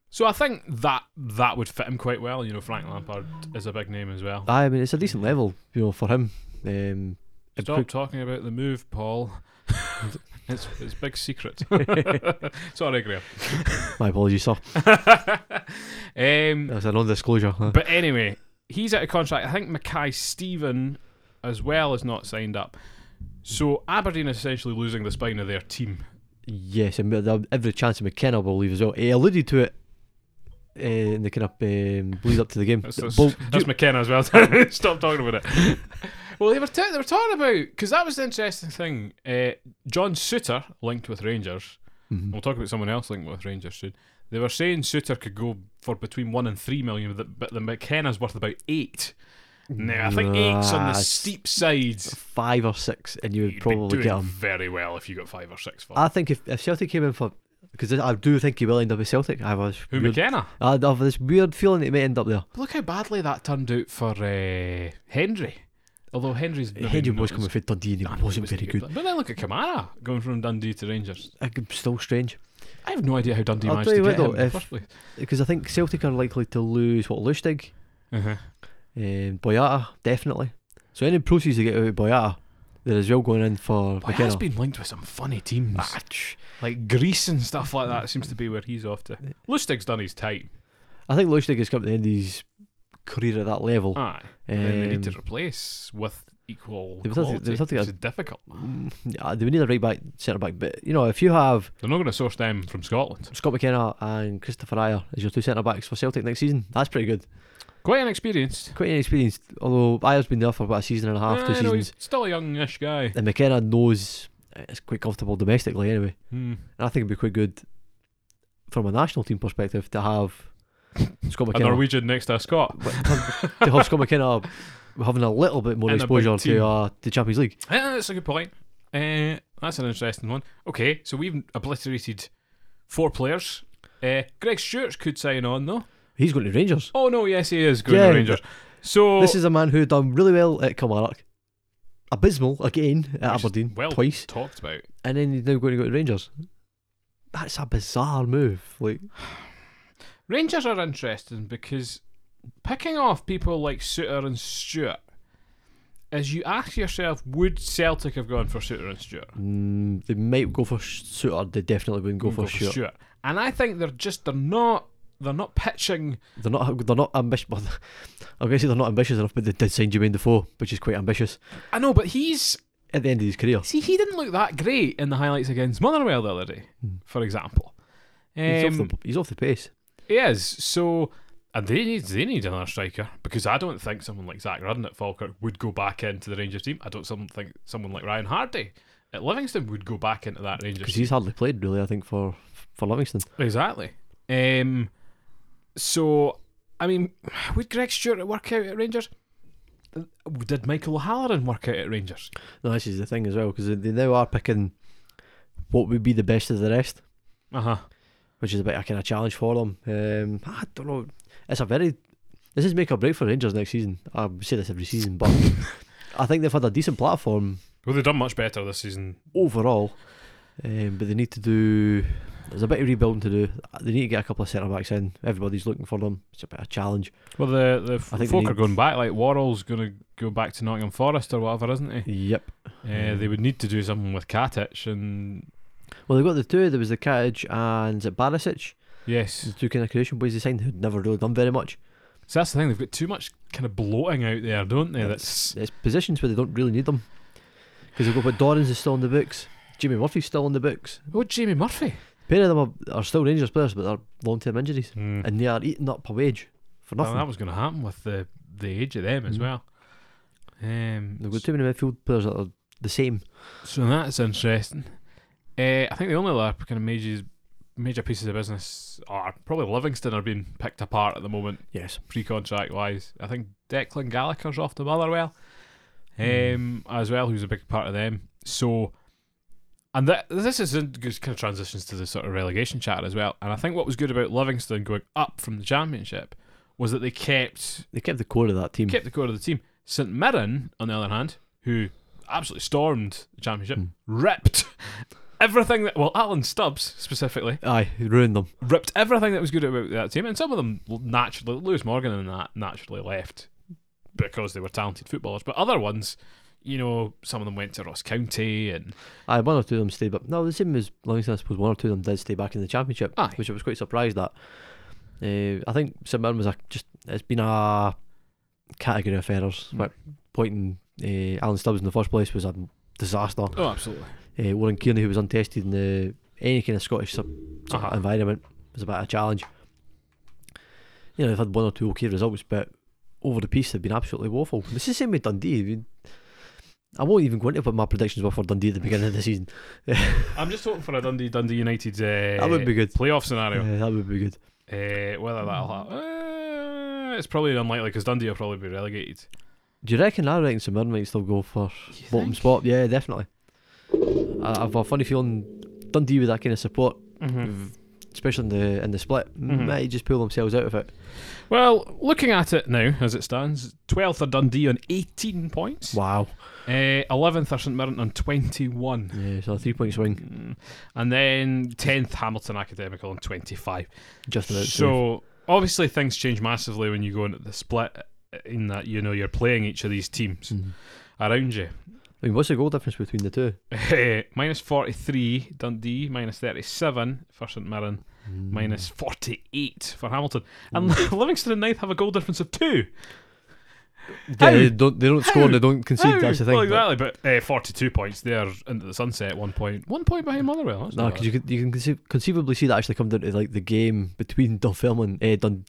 Speaker 1: So I think that that would fit him quite well. You know, Frank Lampard is a big name as well.
Speaker 2: Uh, aye, I mean it's a decent level, you know, for him. Um, a
Speaker 1: Stop
Speaker 2: quick-
Speaker 1: talking about the move, Paul. it's it's big secret. Sorry, Graham.
Speaker 2: my apologies, sir.
Speaker 1: um,
Speaker 2: That's a non-disclosure. huh?
Speaker 1: but anyway, he's out of contract. I think Mackay Stephen as well is not signed up. So Aberdeen is essentially losing the spine of their team.
Speaker 2: yes, and there- every chance of McKenna will leave as well. He alluded to it uh, in the kind of um, lead up to the game.
Speaker 1: That's, that's,
Speaker 2: Bull-
Speaker 1: that's McKenna as well. Stop talking about it. well, they were ta- they were talking about because that was the interesting thing. Uh, John Suter linked with Rangers.
Speaker 2: Mhm.
Speaker 1: We'll talk about someone else linked with Rangers soon. They were saying Suter could go for between one and three million, but the, but the McKenna's worth about eight. Now I think eight's on the
Speaker 2: Nah,
Speaker 1: steep side.
Speaker 2: five or six, and you would
Speaker 1: You'd
Speaker 2: probably
Speaker 1: be doing
Speaker 2: get him.
Speaker 1: very well if you got five or six for
Speaker 2: I think if, if Celtic came in for, because I do think he will end up with Celtic. I was.
Speaker 1: who McKenna.
Speaker 2: I have this weird feeling that he might end up there.
Speaker 1: Look how badly that turned out for uh, Henry. Although Henry's maybe
Speaker 2: Henry
Speaker 1: not
Speaker 2: was
Speaker 1: as-
Speaker 2: coming for Dundee and he
Speaker 1: I know
Speaker 2: wasn't
Speaker 1: he a
Speaker 2: very good.
Speaker 1: player. But then look at Kamara going from Dundee to Rangers.
Speaker 2: I could- Still strange.
Speaker 1: I have no idea how Dundee
Speaker 2: I'll
Speaker 1: managed
Speaker 2: tell
Speaker 1: to
Speaker 2: you
Speaker 1: get
Speaker 2: what
Speaker 1: him
Speaker 2: though,
Speaker 1: in the
Speaker 2: if-
Speaker 1: first place.
Speaker 2: Because I think Celtic are likely to lose what Lustig,
Speaker 1: Uh-huh.
Speaker 2: um, Boyata, definitely. So any proceeds they get out of Boyata, they're as well going in for
Speaker 1: Boy,
Speaker 2: McKenna.
Speaker 1: has been linked with some funny teams.
Speaker 2: Ah, tch.
Speaker 1: Like Greece and stuff like that seems to be where he's off to. Lustig's done his time.
Speaker 2: I think Lustig has come to the end of his career at that level.
Speaker 1: Aye. and then Ah, they need to
Speaker 2: Um,
Speaker 1: replace with equal
Speaker 2: They would have to-
Speaker 1: quality,
Speaker 2: they would have to
Speaker 1: which
Speaker 2: get-
Speaker 1: is difficult.
Speaker 2: Mm, yeah, they would need a right back, centre back. But you know, if you have
Speaker 1: They're not going to source them from Scotland.
Speaker 2: Scott McKenna and Christopher Ayer as your two centre backs for Celtic next season, that's pretty good.
Speaker 1: Quite inexperienced.
Speaker 2: Quite inexperienced, although Ayer's been there for about a season and a half,
Speaker 1: Yeah,
Speaker 2: two
Speaker 1: Ah, I know,
Speaker 2: seasons,
Speaker 1: he's still a youngish guy.
Speaker 2: and McKenna knows uh, it's quite comfortable domestically anyway.
Speaker 1: Hmm.
Speaker 2: And I think it'd be quite good from a national team perspective to have Scott
Speaker 1: A
Speaker 2: McKenna
Speaker 1: Norwegian next to a Scot.
Speaker 2: to have Scott McKenna having a little bit more
Speaker 1: And a big
Speaker 2: exposure
Speaker 1: team.
Speaker 2: to uh, the Champions League.
Speaker 1: Yeah, that's a good point. Uh, that's an interesting one. Okay, so we've obliterated four players. Uh, Greg Stewart could sign on though.
Speaker 2: He's going to Rangers.
Speaker 1: Oh no, yes he is going
Speaker 2: Yeah,
Speaker 1: to Rangers. So
Speaker 2: This is a man who done really well at Kilmarnock. Abysmal again at
Speaker 1: Which is
Speaker 2: Aberdeen
Speaker 1: well-
Speaker 2: twice,
Speaker 1: talked about.
Speaker 2: and then he's now going to go to Rangers. That's a bizarre move. Like
Speaker 1: Rangers are interesting because picking off people like Suter and Stewart, is you ask yourself, would Celtic have gone for Suter and Stewart?
Speaker 2: mm, they might go for Suter. They definitely wouldn't go for Suter.
Speaker 1: And I think they're just they're not they're not pitching.
Speaker 2: They're not. They're not ambitious. I'm gonna say they're not ambitious enough, but they did sign Jermaine Defoe, which is quite ambitious
Speaker 1: I know, but he's
Speaker 2: at the end of his career.
Speaker 1: See, he didn't look that great in the highlights against Motherwell the other day,
Speaker 2: Hmm.
Speaker 1: for example.
Speaker 2: He's,
Speaker 1: Um,
Speaker 2: off the, he's off the pace.
Speaker 1: he is. So, and they need they need another striker because I don't think someone like Zach Rudden at Falkirk would go back into the Rangers team. I don't some- think someone like Ryan Hardy at Livingston would go back into that Rangers
Speaker 2: because
Speaker 1: team.
Speaker 2: he's hardly played really. I think for for Livingston,
Speaker 1: Exactly. Um, so, I mean, would Greg Stewart work out at Rangers? Did Michael O'Halloran work out at Rangers?
Speaker 2: no, this is the thing as well because they now are picking what would be the best of the rest,
Speaker 1: Uh huh.
Speaker 2: which is a bit of a kind of challenge for them. Um, I don't know. It's a very this is make or break for Rangers next season. I say this every season, but I think they've had a decent platform
Speaker 1: Well, they've done much better this season.
Speaker 2: overall, um, but they need to do. There's a bit of rebuilding to do. They need to get a couple of centre backs in. Everybody's looking for them. It's a bit of a challenge.
Speaker 1: Well, the the f-
Speaker 2: I think they
Speaker 1: folk
Speaker 2: need-
Speaker 1: are going back. Like Warrell's going to go back to Nottingham Forest or whatever, isn't he?
Speaker 2: Yep.
Speaker 1: Uh, they would need to do something with Katic and
Speaker 2: Well, they got the two. There was the Cottage and is it Barisic. The
Speaker 1: yes.
Speaker 2: two kind of creation boys they signed who'd never really done very much.
Speaker 1: So that's the thing. They've got too much kind of bloating out there, don't they?
Speaker 2: It's-
Speaker 1: That's
Speaker 2: It's positions where they don't really need them because they've got but Dorans is still on the books. Jimmy Murphy's still on the books.
Speaker 1: oh Jamie Murphy.
Speaker 2: A pair of them are, are still Rangers players, but they're long-term injuries,
Speaker 1: Mm.
Speaker 2: and they are eating up a wage for
Speaker 1: Well,
Speaker 2: nothing.
Speaker 1: that was going to happen with the the age of them as
Speaker 2: Mhm.
Speaker 1: well. Um,
Speaker 2: They've got too many midfield players that are the same.
Speaker 1: So that's interesting. Uh, I think the only other kind of major major pieces of business are probably Livingston are being picked apart at the moment,
Speaker 2: Yes.
Speaker 1: pre-contract wise. I think Declan Gallagher's off to Motherwell, um,
Speaker 2: Hmm.
Speaker 1: as well, who's a big part of them. So, and that this is in- just kind of transitions to the sort of relegation chat as well. And I think what was good about Livingston going up from the championship was that they kept
Speaker 2: They kept the core of that team.
Speaker 1: kept the core of the team. St Mirren, on the other hand, who absolutely stormed the championship,
Speaker 2: Hmm.
Speaker 1: ripped everything that well, Alan Stubbs specifically
Speaker 2: Aye, ruined them.
Speaker 1: ripped everything that was good about that team, and some of them naturally, Lewis Morgan and that naturally left because they were talented footballers, but other ones. You know, some of them went to Ross County, and
Speaker 2: Aye, one or two of them stayed, but no, the same as Livingston. I suppose one or two of them did stay back in the championship,
Speaker 1: Aye.
Speaker 2: which I was quite surprised at. Uh, I think St Mirren was a, just it's been a category of errors.
Speaker 1: Mm.
Speaker 2: Like pointing uh, Alan Stubbs in the first place was a disaster.
Speaker 1: oh, absolutely,
Speaker 2: Uh, Warren Kearney, who was untested in the any kind of Scottish sub, sort of
Speaker 1: Uh-huh.
Speaker 2: environment, was a bit of a challenge. You know, they've had one or two okay results, but over the piece, they've been absolutely woeful. It's the same with Dundee. I, mean, I won't even go into what my predictions were for Dundee at the beginning of the season.
Speaker 1: I'm just hoping for a Dundee Dundee United uh,
Speaker 2: That would be good.
Speaker 1: playoff scenario.
Speaker 2: Yeah, that would be good.
Speaker 1: Uh, whether that'll happen, uh, it's probably unlikely because Dundee will probably be relegated.
Speaker 2: Do you reckon? I reckon St Mirren might still go for bottom spot. Yeah, definitely. I, I've a funny feeling Dundee with that kind of support,
Speaker 1: Mm. Mm-hmm.
Speaker 2: especially in the in the split,
Speaker 1: Mhm.
Speaker 2: might just pull themselves out of it.
Speaker 1: Well, looking at it now as it stands, 12th are Dundee on 18 points.
Speaker 2: Wow.
Speaker 1: Uh, 11th are St Mirren on 21.
Speaker 2: Yeah, so a three point swing,
Speaker 1: Mm. And then 10th Hamilton Academical on 25.
Speaker 2: just about. safe.
Speaker 1: So obviously things change massively when you go into the split eh, in that you know you're playing each of these teams
Speaker 2: Mhm.
Speaker 1: around you.
Speaker 2: I mean, what's the goal difference between the two?
Speaker 1: minus 43 Dundee, minus 37 for St Mirren, minus 48 for Hamilton. And Livingston and 9th have a goal difference of 2.
Speaker 2: Yeah, they don't. They don't score. and They don't concede.
Speaker 1: Oh,
Speaker 2: That's the thing.
Speaker 1: Well,
Speaker 2: but-
Speaker 1: exactly, but uh, 42 points there into the sunset at one point. One point behind Motherwell. that's
Speaker 2: No,
Speaker 1: not
Speaker 2: because you could, you can conceiv- conceivably see that actually come down to like the game between Dunfermline, eh, Dun-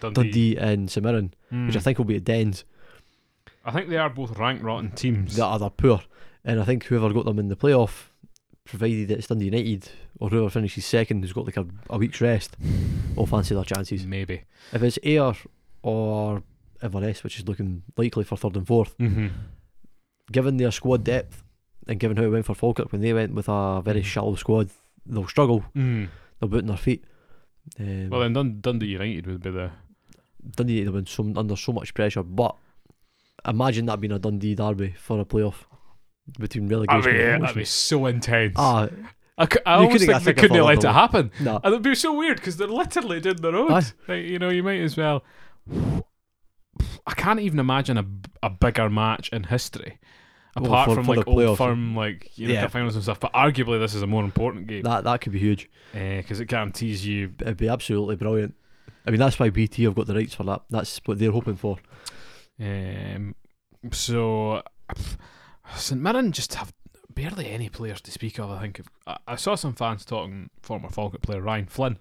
Speaker 1: bad. Dundee.
Speaker 2: Dundee and St Mirren,
Speaker 1: Mm.
Speaker 2: which I think will be at Dens.
Speaker 1: Hmm. I think they are both rank rotten teams.
Speaker 2: That are they're poor, and I think whoever got them in the playoff, provided it's Dundee United or whoever finishes second, who's got like a, a week's rest, will fancy their chances.
Speaker 1: Maybe.
Speaker 2: If it's Ayr or Inverness, which is looking likely for third and fourth,
Speaker 1: Mm-hmm.
Speaker 2: given their squad depth and given how it went for Falkirk when they went with a very shallow squad, they'll struggle.
Speaker 1: Mm.
Speaker 2: They'll boot on their feet. Um,
Speaker 1: Well, then Dun- Dundee United would be the.
Speaker 2: Dundee United have been so, under so much pressure, but imagine that being a Dundee derby for a playoff between relegation.
Speaker 1: That'd be,
Speaker 2: and
Speaker 1: that'd be
Speaker 2: promotion.
Speaker 1: so intense.
Speaker 2: Ah,
Speaker 1: I, cou- I
Speaker 2: you
Speaker 1: almost
Speaker 2: couldn't
Speaker 1: think
Speaker 2: get
Speaker 1: they
Speaker 2: sick of
Speaker 1: couldn't
Speaker 2: all
Speaker 1: let
Speaker 2: of
Speaker 1: it
Speaker 2: them.
Speaker 1: happen.
Speaker 2: no.
Speaker 1: And it'd be so weird because they're literally doing their own.
Speaker 2: Aye.
Speaker 1: Like, you know, you might as well. I can't even imagine a, a bigger match in history.
Speaker 2: Well,
Speaker 1: Apart
Speaker 2: for-
Speaker 1: from
Speaker 2: for
Speaker 1: like
Speaker 2: the
Speaker 1: old
Speaker 2: playoffs.
Speaker 1: firm, like you know,
Speaker 2: Yeah.
Speaker 1: cup finals and stuff. But arguably, this is a more important game.
Speaker 2: That that could be huge.
Speaker 1: because it guarantees you.
Speaker 2: It'd be absolutely brilliant. I mean, that's why BT have got the rights for that. That's what they're hoping for.
Speaker 1: Um, so pff, St Mirren just have barely any players to speak of. I think I, I saw some fans talking former Falkirk player Ryan Flynn,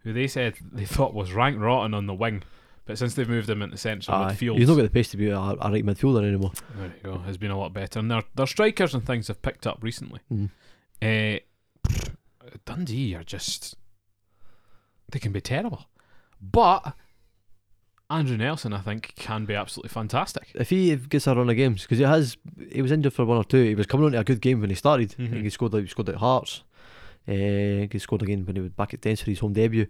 Speaker 1: who they said they thought was rank rotten on the wing, but since they've moved him into central
Speaker 2: Aye.
Speaker 1: midfield,
Speaker 2: He's not got the pace to be a, a right midfielder anymore.
Speaker 1: there you go, has been a lot better. And their their strikers and things have picked up recently.
Speaker 2: Mm.
Speaker 1: Uh, pff, Dundee are just they can be terrible, but. Andrew Nelson, I think, can be absolutely fantastic.
Speaker 2: If he gets a run of games, because he has, he was injured for one or two. He was coming on to a good game when he started. I
Speaker 1: Mhm.
Speaker 2: think he scored like he scored at Hearts. Uh, he scored again when he was back at Dens for his home debut.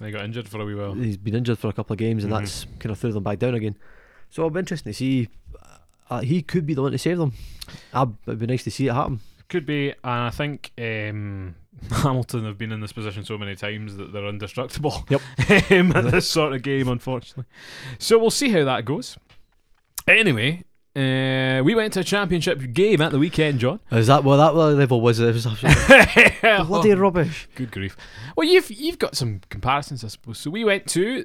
Speaker 1: They got injured for a wee while.
Speaker 2: He's been injured for a couple of games, and
Speaker 1: Mhm.
Speaker 2: that's kind of threw them back down again. So it'll be interesting to see. Uh, he could be the one to save them. Uh, it'd be nice to see it happen.
Speaker 1: Could be, and I think um, Hamilton have been in this position so many times that they're indestructible.
Speaker 2: Yep.
Speaker 1: um, at this sort of game, unfortunately. So we'll see how that goes. Anyway, uh, we went to a championship game at the weekend, John.
Speaker 2: Is that well? That level was it? was bloody rubbish.
Speaker 1: Oh, Good grief. Well, you've you've got some comparisons, I suppose. So we went to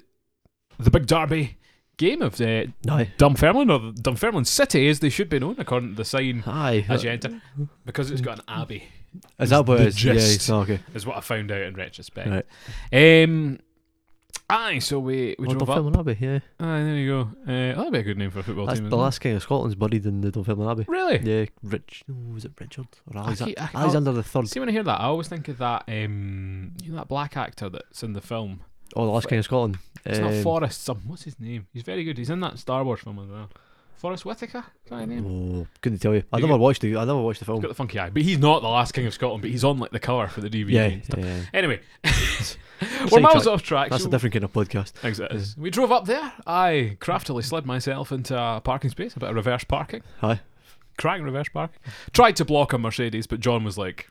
Speaker 1: the big derby game of uh,
Speaker 2: No.
Speaker 1: Dunfermline or Dunfermline City, as they should be known according to the sign
Speaker 2: Aye.
Speaker 1: as you enter, because it's got an abbey.
Speaker 2: Is that what
Speaker 1: The
Speaker 2: it is? Yeah,
Speaker 1: gist.
Speaker 2: no, okay.
Speaker 1: is what I found out in retrospect.
Speaker 2: Right.
Speaker 1: Um, aye, so we we
Speaker 2: Or
Speaker 1: drove up.
Speaker 2: Oh, Dunfermline Abbey, yeah.
Speaker 1: Aye, there you go. Uh, that'd be a good name for a football
Speaker 2: That's
Speaker 1: team.
Speaker 2: the
Speaker 1: isn't it?
Speaker 2: last king of Scotland's buried in the Dunfermline Abbey.
Speaker 1: Really?
Speaker 2: Yeah, Rich. Oh, was it Richard or
Speaker 1: I
Speaker 2: Alexander?
Speaker 1: keep- I-
Speaker 2: Alexander the
Speaker 1: I'll-
Speaker 2: Third.
Speaker 1: See when I hear that, I always think of that um, you know that black actor that's in the film.
Speaker 2: Oh, the last king of Scotland.
Speaker 1: It's
Speaker 2: Um,
Speaker 1: not Forrest. Some what's his name? He's very good. He's in that Star Wars film as well. Forrest Whitaker. Is that his name?
Speaker 2: Oh, couldn't tell you. I
Speaker 1: You-
Speaker 2: never watched the. I never watched the
Speaker 1: He's
Speaker 2: film.
Speaker 1: got the funky eye, but he's not the last king of Scotland. But he's on like the cover for the DVD.
Speaker 2: Yeah,
Speaker 1: and stuff.
Speaker 2: yeah.
Speaker 1: Anyway, we're
Speaker 2: Side
Speaker 1: miles
Speaker 2: track.
Speaker 1: off track.
Speaker 2: That's
Speaker 1: so
Speaker 2: a different kind of podcast.
Speaker 1: Thanks, it is. We drove up there. I craftily slid myself into a parking space, a bit of reverse parking,
Speaker 2: Hi,
Speaker 1: crying reverse parking. Tried to block a Mercedes, but John was like,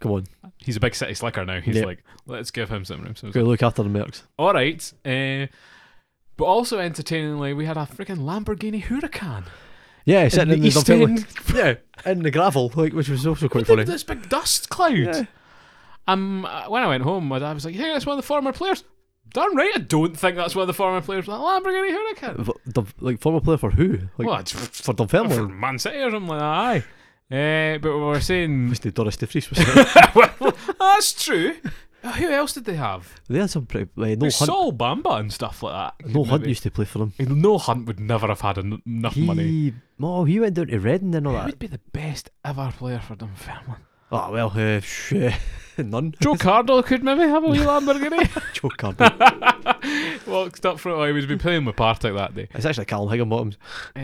Speaker 2: come on,
Speaker 1: he's a big city slicker now. He's
Speaker 2: Yeah.
Speaker 1: like, let's give him some room. So I was
Speaker 2: go look after the
Speaker 1: like,
Speaker 2: mercs.
Speaker 1: all right. Uh, but also entertainingly, we had a freaking Lamborghini Huracan
Speaker 2: Yeah, sitting in the,
Speaker 1: east
Speaker 2: Dunfermline-
Speaker 1: end. Yeah,
Speaker 2: in the gravel, like which was also quite
Speaker 1: with the-
Speaker 2: funny.
Speaker 1: this big dust cloud.
Speaker 2: Yeah.
Speaker 1: Um, uh, when I went home, my dad was like, "Hey, that's one of the former players." Darn right, I don't think that's one of the former players. That Lamborghini Huracan.
Speaker 2: V- Dun- Like former player for who? Like
Speaker 1: Well, it's- for
Speaker 2: for Dunfermline.
Speaker 1: Man City or something like that. Aye. Eh, but we were saying
Speaker 2: Obviously Doris Diffries was there.
Speaker 1: well, that's true. Uh, Who else did they have?
Speaker 2: They had some pretty. Uh, no
Speaker 1: No
Speaker 2: hunt.
Speaker 1: Saul Bamba and stuff like that.
Speaker 2: no hunt
Speaker 1: Maybe.
Speaker 2: used to play for them.
Speaker 1: No Hunt would never have had en- enough money.
Speaker 2: He, oh, he went down to Reading and all
Speaker 1: Who
Speaker 2: that.
Speaker 1: would be the best ever player for Dunfermline?
Speaker 2: Oh well, uh, sh- eh, none.
Speaker 1: Joe Cardo could maybe have a wee Lamborghini.
Speaker 2: Joe Carden.
Speaker 1: Walked up front. Oh, he was been playing with Partick that day.
Speaker 2: it's actually Callum Higginbottom's.
Speaker 1: Uh,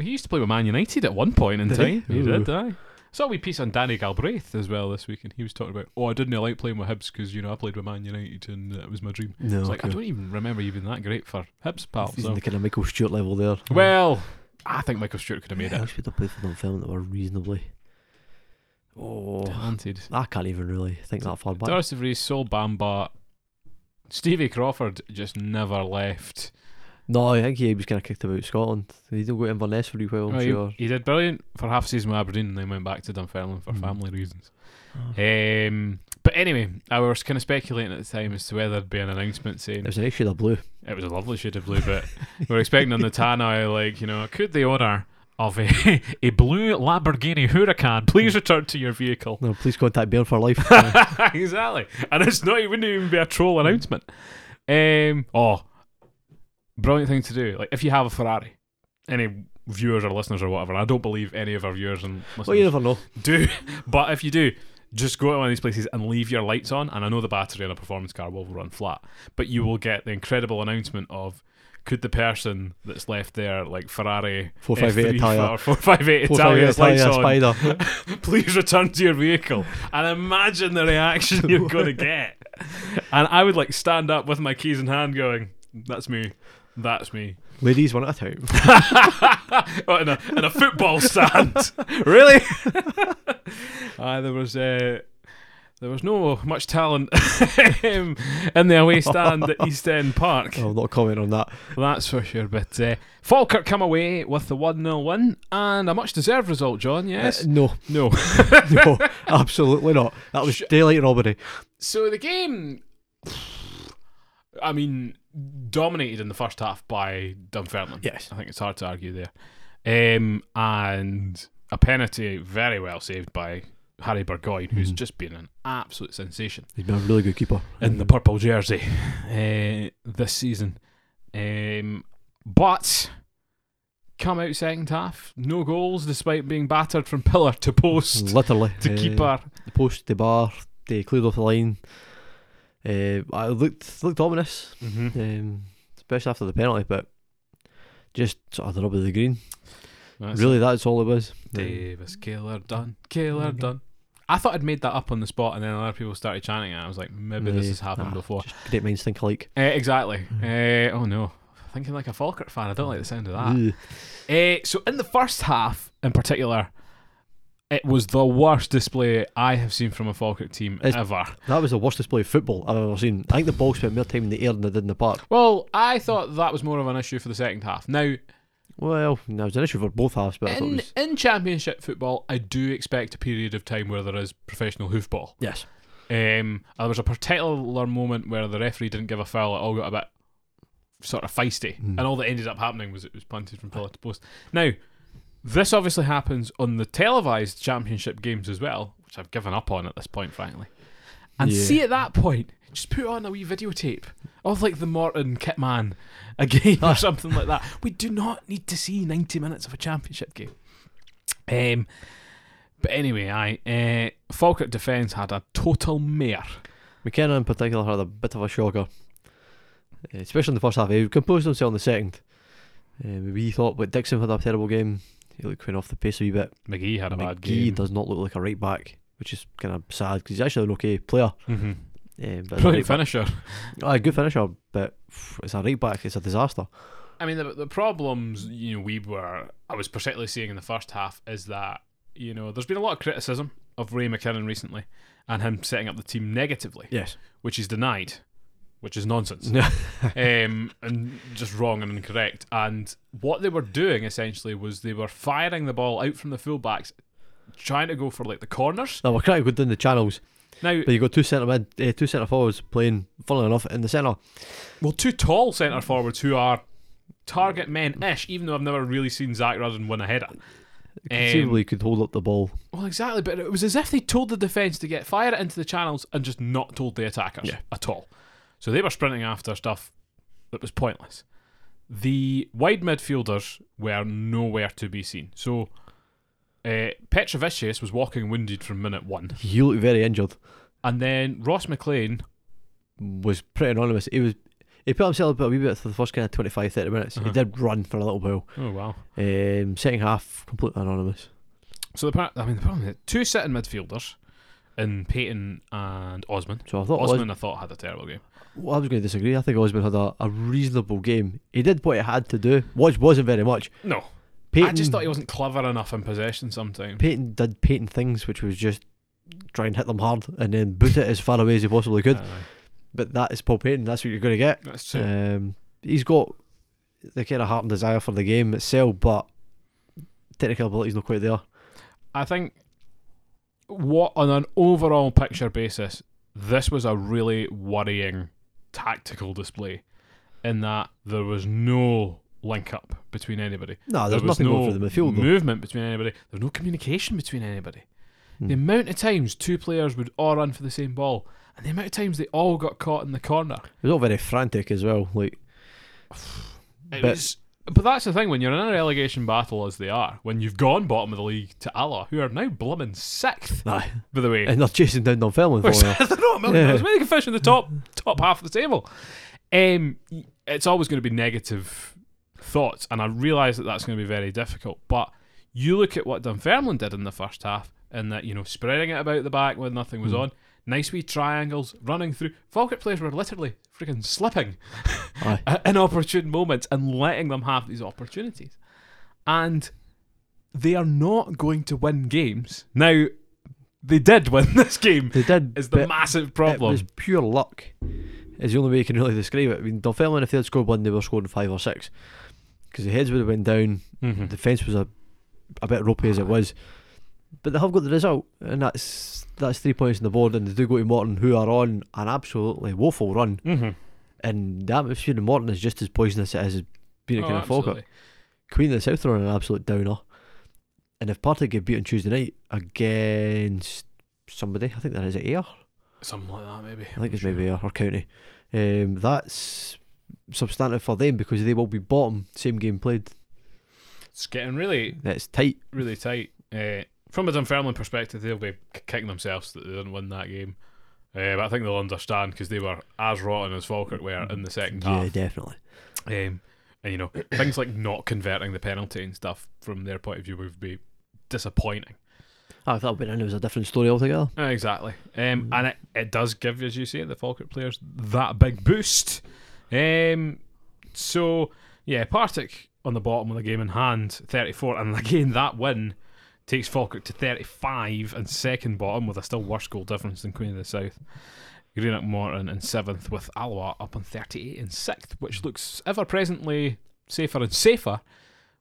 Speaker 1: he used to play with Man United at one point in
Speaker 2: Did he?
Speaker 1: time. He,
Speaker 2: Ooh.
Speaker 1: did, aye. Saw a wee piece on Danny Galbraith as well this week, and he was talking about, oh, I didn't like playing with Hibs because, you know, I played with Man United and that was my dream.
Speaker 2: No,
Speaker 1: It's like, I
Speaker 2: cool.
Speaker 1: don't even remember you being that great for Hibs, pal.
Speaker 2: he's
Speaker 1: So.
Speaker 2: in the kind of Michael Stewart level there.
Speaker 1: Well, I think Michael Stewart could have made
Speaker 2: Yeah, I
Speaker 1: it.
Speaker 2: should have played for Dunfermline that were reasonably. Oh,
Speaker 1: Talented.
Speaker 2: I can't even really think that far back.
Speaker 1: Doris De Vries, Sol Bamba, Stevie Crawford just never left.
Speaker 2: No, I think he was kind of kicked about Scotland. He didn't go to Inverness for a wee while, I'm
Speaker 1: Well, he-
Speaker 2: sure.
Speaker 1: He, Oh, did brilliant for half a season with Aberdeen and then went back to Dunfermline for
Speaker 2: Mm.
Speaker 1: family reasons.
Speaker 2: Oh.
Speaker 1: Um, but anyway, I was kind of speculating at the time as to whether there'd be an announcement
Speaker 2: It
Speaker 1: saying
Speaker 2: was an issue of blue.
Speaker 1: it was a lovely shade of blue, but we're expecting on the Tannoy, like, you know, could the order of a, a blue Lamborghini Huracan please return to your vehicle?
Speaker 2: No, please contact Bear for life. Uh,
Speaker 1: exactly. And it's not, it wouldn't even be a troll announcement. Um, oh, brilliant thing to do. Like, if you have a Ferrari, any viewers or listeners or whatever, and I don't believe any of our viewers and listeners
Speaker 2: well, you never know.
Speaker 1: do, but if you do, just go to one of these places and leave your lights on. And I know the battery on a performance car will run flat, but you will get the incredible announcement of. Could the person that's left there, like Ferrari
Speaker 2: 458 Italia.
Speaker 1: four five eight
Speaker 2: Four, five,
Speaker 1: Italia,
Speaker 2: eight, Italian
Speaker 1: lights on,
Speaker 2: spider.
Speaker 1: please return to your vehicle and imagine the reaction you're going to get and i would like stand up with my keys in hand going that's me that's me
Speaker 2: Ladies, one at a time.
Speaker 1: Oh, in, a, in a football stand really uh, there was uh, there was no much talent in the away stand at East End Park.
Speaker 2: I'll not comment on that.
Speaker 1: That's for sure. But uh, Falkirk come away with the 1 0 win and a much deserved result, John, yes?
Speaker 2: Uh, no,
Speaker 1: no.
Speaker 2: no, absolutely not. That was daylight robbery.
Speaker 1: So the game, I mean, dominated in the first half by Dunfermline.
Speaker 2: Yes.
Speaker 1: I think it's hard to argue there. Um, and a penalty very well saved by Harry Burgoyne, who's
Speaker 2: Mhm.
Speaker 1: just been an absolute sensation
Speaker 2: He's been a really good keeper.
Speaker 1: in the purple jersey uh, this season. Um, but come out second half, no goals despite being battered from pillar to post
Speaker 2: Literally.
Speaker 1: to
Speaker 2: uh,
Speaker 1: keeper.
Speaker 2: the post, the bar, they cleared off the line. Uh, I looked looked ominous,
Speaker 1: Mm-hmm.
Speaker 2: um, especially after the penalty, but just sort of the rub of the green.
Speaker 1: That's
Speaker 2: really, that's all it was. Um,
Speaker 1: Davis, killer done, killer done. I thought I'd made that up on the spot, and then other people started chanting it. I was like, maybe this has happened
Speaker 2: Eh, nah,
Speaker 1: before.
Speaker 2: Just great minds think alike.
Speaker 1: Eh, exactly. Eh, oh no, thinking like a Falkirk fan. I don't like the sound of that.
Speaker 2: Ugh.
Speaker 1: Eh, so in the first half, in particular, it was the worst display I have seen from a Falkirk team
Speaker 2: It's-
Speaker 1: ever.
Speaker 2: That was the worst display of football I've ever seen. I think the ball spent more time in the air than it did in the park.
Speaker 1: Well, I thought that was more of an issue for the second half. Now,
Speaker 2: Well, that was an issue for both halves, but I thought it
Speaker 1: in,
Speaker 2: was.
Speaker 1: in championship football, I do expect a period of time where there is professional hoofball.
Speaker 2: Yes.
Speaker 1: Um, there was a particular moment where the referee didn't give a foul. It all got a bit sort of feisty,
Speaker 2: Hmm.
Speaker 1: and all that ended up happening was it was punted from pillar to post. Now, this obviously happens on the televised championship games as well, which I've given up on at this point, frankly. And
Speaker 2: Yeah.
Speaker 1: see, at that point, just put on a wee videotape of like the Morton Kitman again or something like that. We do not need to see ninety minutes of a championship game. Um, but anyway, I uh, Falkirk defence had a total mare.
Speaker 2: McKenna in particular had a bit of a shocker, Uh, especially in the first half. He composed himself in the second. Um, we thought, but Dixon had a terrible game. He looked quite off the pace a wee bit.
Speaker 1: McGee had a bad
Speaker 2: McGee
Speaker 1: game.
Speaker 2: does not look like a right back, which is kind of sad because he's actually an okay player.
Speaker 1: Mm-hmm.
Speaker 2: Um, but
Speaker 1: Brilliant
Speaker 2: right
Speaker 1: finisher.
Speaker 2: back, Ah, a good finisher, but pff, it's a right back. It's a disaster.
Speaker 1: I mean, the, the problems you know we were I was particularly seeing in the first half is that you know there's been a lot of criticism of Ray McKinnon recently and him setting up the team negatively,
Speaker 2: Yes.
Speaker 1: which is denied, which is nonsense.
Speaker 2: No.
Speaker 1: um, and just wrong and incorrect. And what they were doing essentially was they were firing the ball out from the fullbacks, trying to go for like the corners.
Speaker 2: Now we're trying to go down the channels,
Speaker 1: Now,
Speaker 2: but you got two centre mid, uh, two centre forwards playing. Funnily enough, in the
Speaker 1: Um,
Speaker 2: centre.
Speaker 1: well, two tall centre forwards who are target men ish, even though I've never really seen Zach Rudden win a header. Um,
Speaker 2: conceivably could hold up the ball.
Speaker 1: Well, exactly, but it was as if they told the defence to get fire it into the channels and just not told the attackers
Speaker 2: Yeah.
Speaker 1: at all. So they were sprinting after stuff that was pointless. The wide midfielders were nowhere to be seen. So uh, Petrovicius was walking wounded from minute one,
Speaker 2: He looked very injured.
Speaker 1: and then Ross McLean.
Speaker 2: Was pretty anonymous. He was. He put himself up a wee bit for the first kind of 25, 30 minutes.
Speaker 1: Uh-huh.
Speaker 2: He did run for a little while.
Speaker 1: Oh wow!
Speaker 2: Um, second half, completely anonymous.
Speaker 1: So the par- I mean the problem is two sitting midfielders, in Peyton and Osman.
Speaker 2: So I thought Oh, Os-
Speaker 1: Osman I thought had a terrible game.
Speaker 2: well, I was going to disagree. I think Osman had a, a reasonable game. He did what he had to do, which wasn't very much.
Speaker 1: No,
Speaker 2: Peyton,
Speaker 1: I just thought he wasn't clever enough in possession sometimes.
Speaker 2: Peyton did Peyton things, which was just try and hit them hard and then boot it as far away as he possibly could.
Speaker 1: Aye.
Speaker 2: But that is Paul Peyton. That's what you're going to get.
Speaker 1: Uh, that's true.
Speaker 2: Um, he's got the kind of heart and desire for the game itself, but technical ability's not quite there.
Speaker 1: I think what on an overall picture basis, this was a really worrying tactical display in that there was no link up between anybody.
Speaker 2: No,
Speaker 1: There
Speaker 2: there's
Speaker 1: was
Speaker 2: nothing
Speaker 1: no
Speaker 2: going for the midfield. though.
Speaker 1: movement between anybody. There was no communication between anybody. The
Speaker 2: Hmm.
Speaker 1: amount of times two players would all run for the same ball, and the amount of times they all got caught in the corner.
Speaker 2: It was all very frantic as well. Like
Speaker 1: It
Speaker 2: But-
Speaker 1: was, but that's the thing when you're in a relegation battle as they are, when you've gone bottom of the league to Allah, who are now blooming sixth,
Speaker 2: nah,
Speaker 1: by the way.
Speaker 2: and they're chasing down Dunfermline for him.
Speaker 1: They're not a million
Speaker 2: Yeah.
Speaker 1: dollars. Maybe they can fish in the top top half of the table. Um, it's always going to be negative thoughts, and I realise that that's going to be very difficult. But you look at what Dunfermline did in the first half, and that you know spreading it about the back when nothing was
Speaker 2: Hmm.
Speaker 1: on, nice wee triangles running through. Falkirk players were literally freaking slipping
Speaker 2: Aye.
Speaker 1: at inopportune moments and letting them have these opportunities, and they are not going to win games now. They did win this game
Speaker 2: They did.
Speaker 1: is the
Speaker 2: but
Speaker 1: massive
Speaker 2: It
Speaker 1: problem.
Speaker 2: was pure luck. Is the only way you can really describe it. I mean, Dunfermline, if they had scored one, they were scoring five or six, because the heads would have went down.
Speaker 1: Mm-hmm.
Speaker 2: The fence was a, a bit ropey as it was, but they have got the result, and that's that's three points on the board, and they do go to Morton, who are on an absolutely woeful run.
Speaker 1: Mm-hmm.
Speaker 2: And the atmosphere in Morton is just as poisonous as it's been at
Speaker 1: Oh,
Speaker 2: kind of Falkirk.
Speaker 1: absolutely.
Speaker 2: Queen of the South are on an absolute downer. And if Partick get beat on Tuesday night against somebody, I think that is Ayr.
Speaker 1: Something like that, maybe.
Speaker 2: I think it's maybe Ayr or County. Um, that's substantive for them because they will be bottom, same game played.
Speaker 1: It's getting really,
Speaker 2: That's tight.
Speaker 1: really tight. Uh, from a Dunfermline perspective, they'll be k- kicking themselves that they didn't win that game. Uh, but I think they'll understand because they were as rotten as Falkirk were in the second
Speaker 2: Yeah,
Speaker 1: half.
Speaker 2: definitely.
Speaker 1: Um, and you know things like not converting the penalty and stuff from their point of view would be disappointing.
Speaker 2: Oh, if that had been in, it was a different story altogether.
Speaker 1: Uh, Exactly. Um, And it, it does give, as you say, the Falkirk players that big boost. Um, so, yeah, Partick on the bottom of the game in hand, 34. And again, that win takes Falkirk to 35 and second bottom with a still worse goal difference than Queen of the South. Greenock Morton in seventh with Alloa up on 38 in sixth, which looks ever presently safer and safer,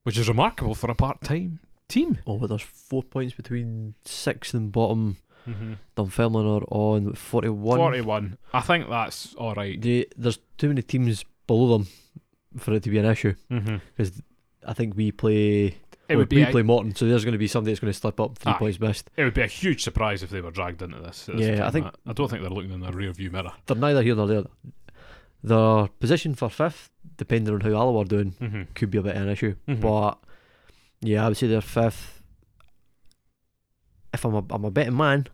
Speaker 1: which is remarkable for a part time team.
Speaker 2: Oh, but there's four points between sixth and bottom.
Speaker 1: Mm-hmm.
Speaker 2: Dunfermline are on 41.
Speaker 1: 41. I think that's all right.
Speaker 2: They, there's too many teams below them for it to be an issue.
Speaker 1: Mm-hmm.
Speaker 2: I think we play.
Speaker 1: It would
Speaker 2: we
Speaker 1: be a,
Speaker 2: play Morton, so there's going to be somebody that's going to slip up three
Speaker 1: Aye.
Speaker 2: points missed.
Speaker 1: it would be a huge surprise if they were dragged into this. at this
Speaker 2: Yeah, I
Speaker 1: time.
Speaker 2: think-
Speaker 1: I don't think they're looking in their rear view mirror.
Speaker 2: They're neither here nor there. Their position for fifth, depending on how Alloa are doing,
Speaker 1: Mm-hmm.
Speaker 2: could be a bit of an issue.
Speaker 1: Mhm.
Speaker 2: But yeah, I would say they're fifth. If I'm a, I'm a betting man,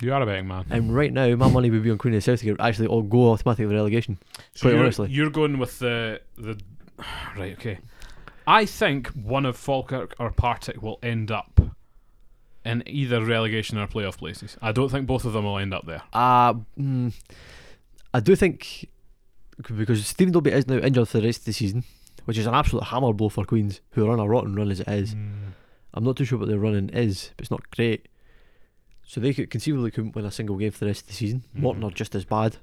Speaker 1: You are a betting man.
Speaker 2: and right now my money would be on Queen of the South to get- actually all go automatic with relegation.
Speaker 1: So
Speaker 2: quite
Speaker 1: you're,
Speaker 2: honestly.
Speaker 1: you're going with the the right. Okay, I think one of Falkirk or Partick will end up in either relegation or playoff places. I don't think both of them will end up there.
Speaker 2: Uh, mm, I do think because Stephen Dobie is now injured for the rest of the season, which is an absolute hammer blow for Queens, who are on a rotten run as it is. I'm not too sure what their running is, but it's not great. So they could conceivably couldn't win a single game for the rest of the season. Morton
Speaker 1: Mhm.
Speaker 2: are just as bad.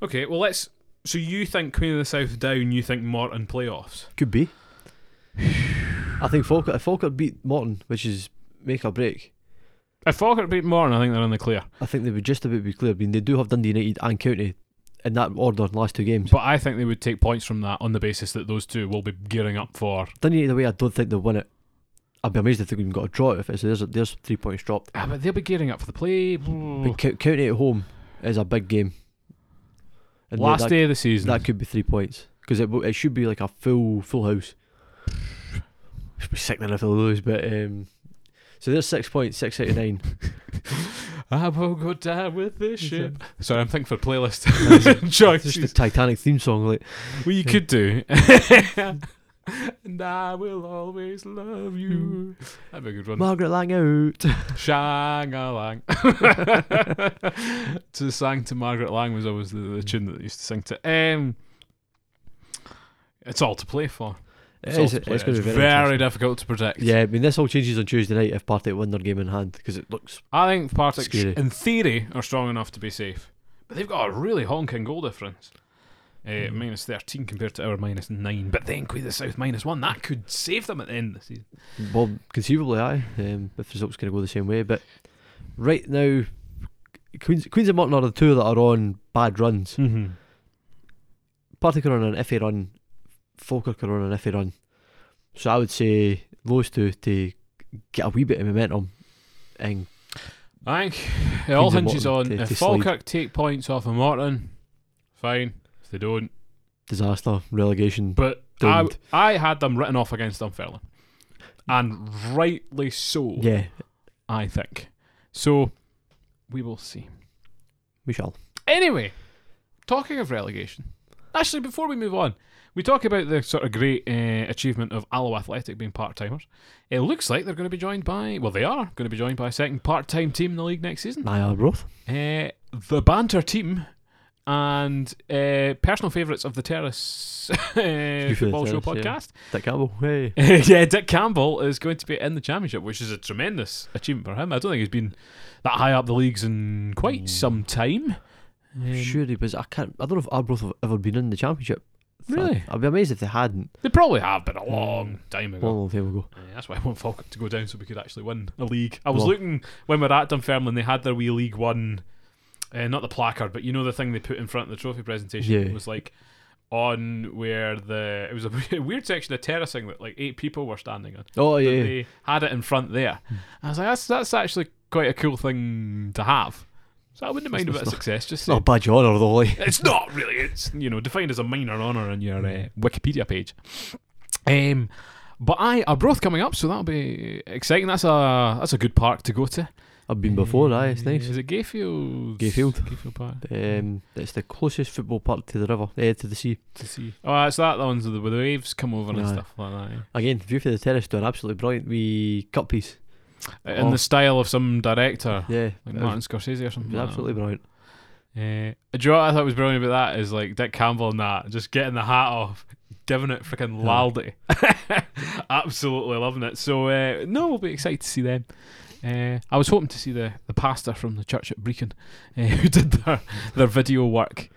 Speaker 1: Okay, well let's. So you think Queen of the South down? You think Morton playoffs?
Speaker 2: Could be. I think Falkirk, if Falkirk beat Morton, which is make or break,
Speaker 1: If Falkirk beat Morton, I think they're in the clear.
Speaker 2: I think they would just about be clear. I mean, they do have Dundee United and County in that order in the last two games.
Speaker 1: But I think they would take points from that on the basis that those two will be gearing up for.
Speaker 2: Dundee United away, I don't think they'll win it. I'd be amazed if they even got a draw out of it. So there's, there's three points dropped.
Speaker 1: Ah, but they'll be gearing up for the play.
Speaker 2: But Co- County at home is a big game. And
Speaker 1: Last
Speaker 2: that,
Speaker 1: day of the season.
Speaker 2: that could be three points because it, w- it should be like a full full house. It'd be sickening if they lose, but um, so there's six points, six out of nine.
Speaker 1: I will go down with this
Speaker 2: Is
Speaker 1: ship.
Speaker 2: it-
Speaker 1: Sorry, I'm thinking for playlist
Speaker 2: Is it- It's just the
Speaker 1: choices.
Speaker 2: Titanic theme song, like
Speaker 1: Well, you could do. and I will always love you. That'd be a good one.
Speaker 2: Margaret Lang out.
Speaker 1: Shang Lang. to sang to Margaret Lang was always the, the tune that they used to sing to. Um, it's all to play for.
Speaker 2: It
Speaker 1: all
Speaker 2: is-
Speaker 1: to play.
Speaker 2: it's gonna be very
Speaker 1: very
Speaker 2: interesting.
Speaker 1: difficult to predict.
Speaker 2: Yeah, I mean this all changes on Tuesday night if Partick win their game in hand because it looks
Speaker 1: I think Partick,
Speaker 2: Scary.
Speaker 1: in theory, are strong enough to be safe. But they've got a really honking goal difference. Uh,
Speaker 2: Mm.
Speaker 1: minus 13 compared to our minus 9. But then Queen of the South minus 1. That could save them at the end of the season.
Speaker 2: well conceivably aye um, if results going to go the same way. But right now, Queens Queens and Morton are the two that are on bad runs.
Speaker 1: Mm-hmm.
Speaker 2: Partick are on an iffy run, Falkirk are on an iffy run. So I would say those two to get a wee bit of momentum and
Speaker 1: I think it all
Speaker 2: Queens and
Speaker 1: hinges on
Speaker 2: Morton to-
Speaker 1: if
Speaker 2: to slide.
Speaker 1: Falkirk take points off of Morton, fine. If they don't,
Speaker 2: disaster relegation.
Speaker 1: but I,
Speaker 2: Doomed.
Speaker 1: I had them written off against Dunfermline, and rightly so.
Speaker 2: yeah,
Speaker 1: I think. So we will see.
Speaker 2: we shall.
Speaker 1: Anyway, talking of relegation, actually, before we move on, we talk about the sort of great uh, achievement of Allo Athletic being part timers. It looks like they're going to be joined by, well, they are going to be joined by a second part time team in the league next season.
Speaker 2: Naya Roth.
Speaker 1: Uh, the Banter team and uh, personal favourites of the Terrace uh,
Speaker 2: the
Speaker 1: Football Show
Speaker 2: Terrace, yeah.
Speaker 1: podcast.
Speaker 2: Dick Campbell. oh, Hey.
Speaker 1: yeah, Dick Campbell is going to be in the championship, which is a tremendous achievement for him. I don't think he's been that high up the leagues in quite
Speaker 2: Mm.
Speaker 1: some time. Um,
Speaker 2: Sure he was. I can't. I don't know if Arbroath have ever been in the championship.
Speaker 1: Really?
Speaker 2: I'd be amazed if they hadn't.
Speaker 1: They probably have been a long time ago.
Speaker 2: Long, long time ago.
Speaker 1: Yeah, that's why I want Falkirk to go down so we could actually win a league. I was
Speaker 2: Well-
Speaker 1: looking when we were at Dunfermline, they had their wee League One, uh, not the placard, but you know the thing they put in front of the trophy presentation.
Speaker 2: Yeah.
Speaker 1: It was like on where the it was a weird section of terracing that like eight people were standing on.
Speaker 2: Oh
Speaker 1: that
Speaker 2: yeah. Hmm.
Speaker 1: they had it in front there. I was like, that's that's actually quite a cool thing to have. So I wouldn't mind a
Speaker 2: It's
Speaker 1: bit of
Speaker 2: not-
Speaker 1: success. Just
Speaker 2: It's not a badge of honour though. eh?
Speaker 1: it's not really. It's you know defined as a minor honour on your uh, Wikipedia page. Um, but I Arbroath coming up, so that'll be exciting. That's a that's a good park to go to.
Speaker 2: I've been before. Aye, it's Ah, nice.
Speaker 1: Is it Gayfield?
Speaker 2: Gayfield.
Speaker 1: Gayfield Park
Speaker 2: Um, it's the closest football park to the river, eh, to the sea.
Speaker 1: to see. Oh, it's that the ones with the, where the waves come over and
Speaker 2: Aye.
Speaker 1: stuff like that. eh?
Speaker 2: Again, view for the terrace doing absolutely brilliant. We cut piece.
Speaker 1: in
Speaker 2: Oh.
Speaker 1: the style of some director,
Speaker 2: Yeah,
Speaker 1: like
Speaker 2: it was-
Speaker 1: Martin Scorsese or
Speaker 2: it
Speaker 1: something.
Speaker 2: was
Speaker 1: like that.
Speaker 2: absolutely brilliant.
Speaker 1: Uh, do you know what I thought was brilliant about that is like Dick Campbell and that just getting the hat off, giving it freaking laldy, absolutely loving it. So uh, no, we'll be excited to see them. Uh, I was hoping to see the, the pastor from the church at Brecon uh, who did their their video work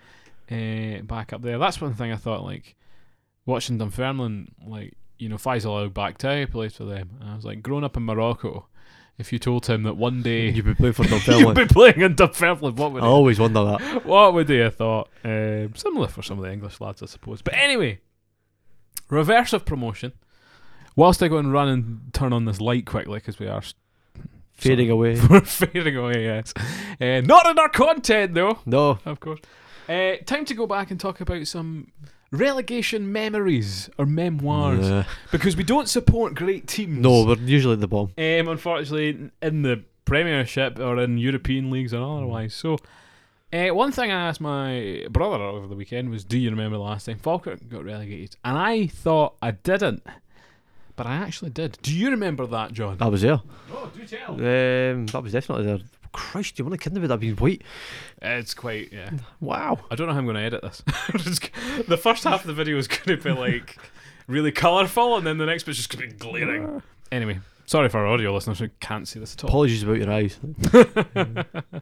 Speaker 1: uh, back up there. That's one thing I thought like watching Dunfermline, like you know Faisal Al Bakhtari played for them. And I was like, growing up in Morocco, if you told him that one day
Speaker 2: You'd be Oh, playing for
Speaker 1: you'd
Speaker 2: Dunfermline.
Speaker 1: be playing in Dunfermline, what would
Speaker 2: I
Speaker 1: he
Speaker 2: always wonder that.
Speaker 1: what would they have thought? Um, similar for some of the English lads, I suppose. But anyway, reverse of promotion. Whilst I go and run and turn on this light quickly, because we are
Speaker 2: Fading away.
Speaker 1: we're fading away, yes. Uh, not in our content, though,
Speaker 2: No,
Speaker 1: of course. Uh, time to go back and talk about some relegation memories or memoirs,
Speaker 2: Nah.
Speaker 1: because we don't support great teams.
Speaker 2: no, we're usually at the bottom.
Speaker 1: Um, unfortunately, in the Premiership or in European leagues and otherwise. So, uh, one thing I asked my brother over the weekend was, "Do you remember the last time Falkirk got relegated?" And I thought I didn't, but I actually did. Do you remember that, John?
Speaker 2: I was there.
Speaker 1: Oh, do tell.
Speaker 2: Um, that was definitely there. Christ, you want to kid me with that being white?
Speaker 1: It's quite. Yeah,
Speaker 2: Wow.
Speaker 1: I don't know how I'm going to edit this. the first half of the video is going to be like really colourful, and then the next bit's just going to be glaring. Anyway, sorry for our audio listeners who can't see this at all.
Speaker 2: Apologies about your eyes. uh,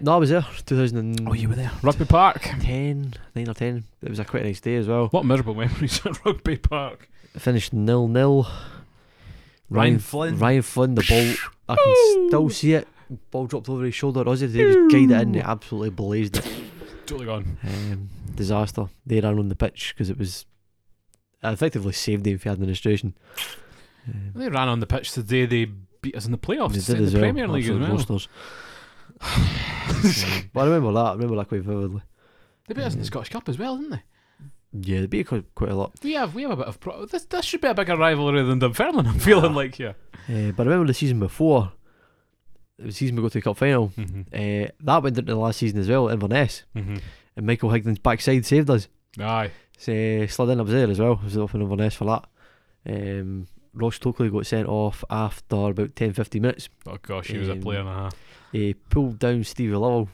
Speaker 2: no, I was there. 2010,
Speaker 1: there, Rugby Park.
Speaker 2: 9 or 10. It was a quite nice day as well.
Speaker 1: What miserable memories at Rugby Park.
Speaker 2: Finished nil nil.
Speaker 1: Ryan Flynn.
Speaker 2: Ryan Flynn, the ball. I can still see it. Ball dropped over his shoulder. Ozzy did just guide it in. It absolutely blazed it.
Speaker 1: Totally gone.
Speaker 2: Um, disaster. They ran on the pitch because it was. I effectively saved him for administration. Um,
Speaker 1: They ran on the pitch the day they beat us in the playoffs.
Speaker 2: They
Speaker 1: It's in
Speaker 2: did
Speaker 1: the
Speaker 2: as well.
Speaker 1: Premier League as
Speaker 2: Absolute
Speaker 1: well.
Speaker 2: monsters. Um, but I remember that. I remember that quite vividly.
Speaker 1: They beat us in the Scottish Cup as well, didn't they?
Speaker 2: Yeah, they beat quite, quite a lot.
Speaker 1: We have we have a bit of pro- this. This should be a bigger rivalry than Dunfermline. I'm feeling
Speaker 2: Ah.
Speaker 1: like here.
Speaker 2: Uh, but I remember the season before, the season we go to the cup final.
Speaker 1: Mm-hmm.
Speaker 2: Uh, that went into the last season as well, Inverness,
Speaker 1: Mm-hmm.
Speaker 2: and Michael Higdon's backside saved us.
Speaker 1: Aye.
Speaker 2: So slid in. I was there as well. I was up in Inverness for that. Um, Ross Stokely got sent off after about 10-15 minutes.
Speaker 1: Oh gosh, he was a
Speaker 2: Um,
Speaker 1: player uh-huh. and a half.
Speaker 2: He pulled down Stevie Lovell,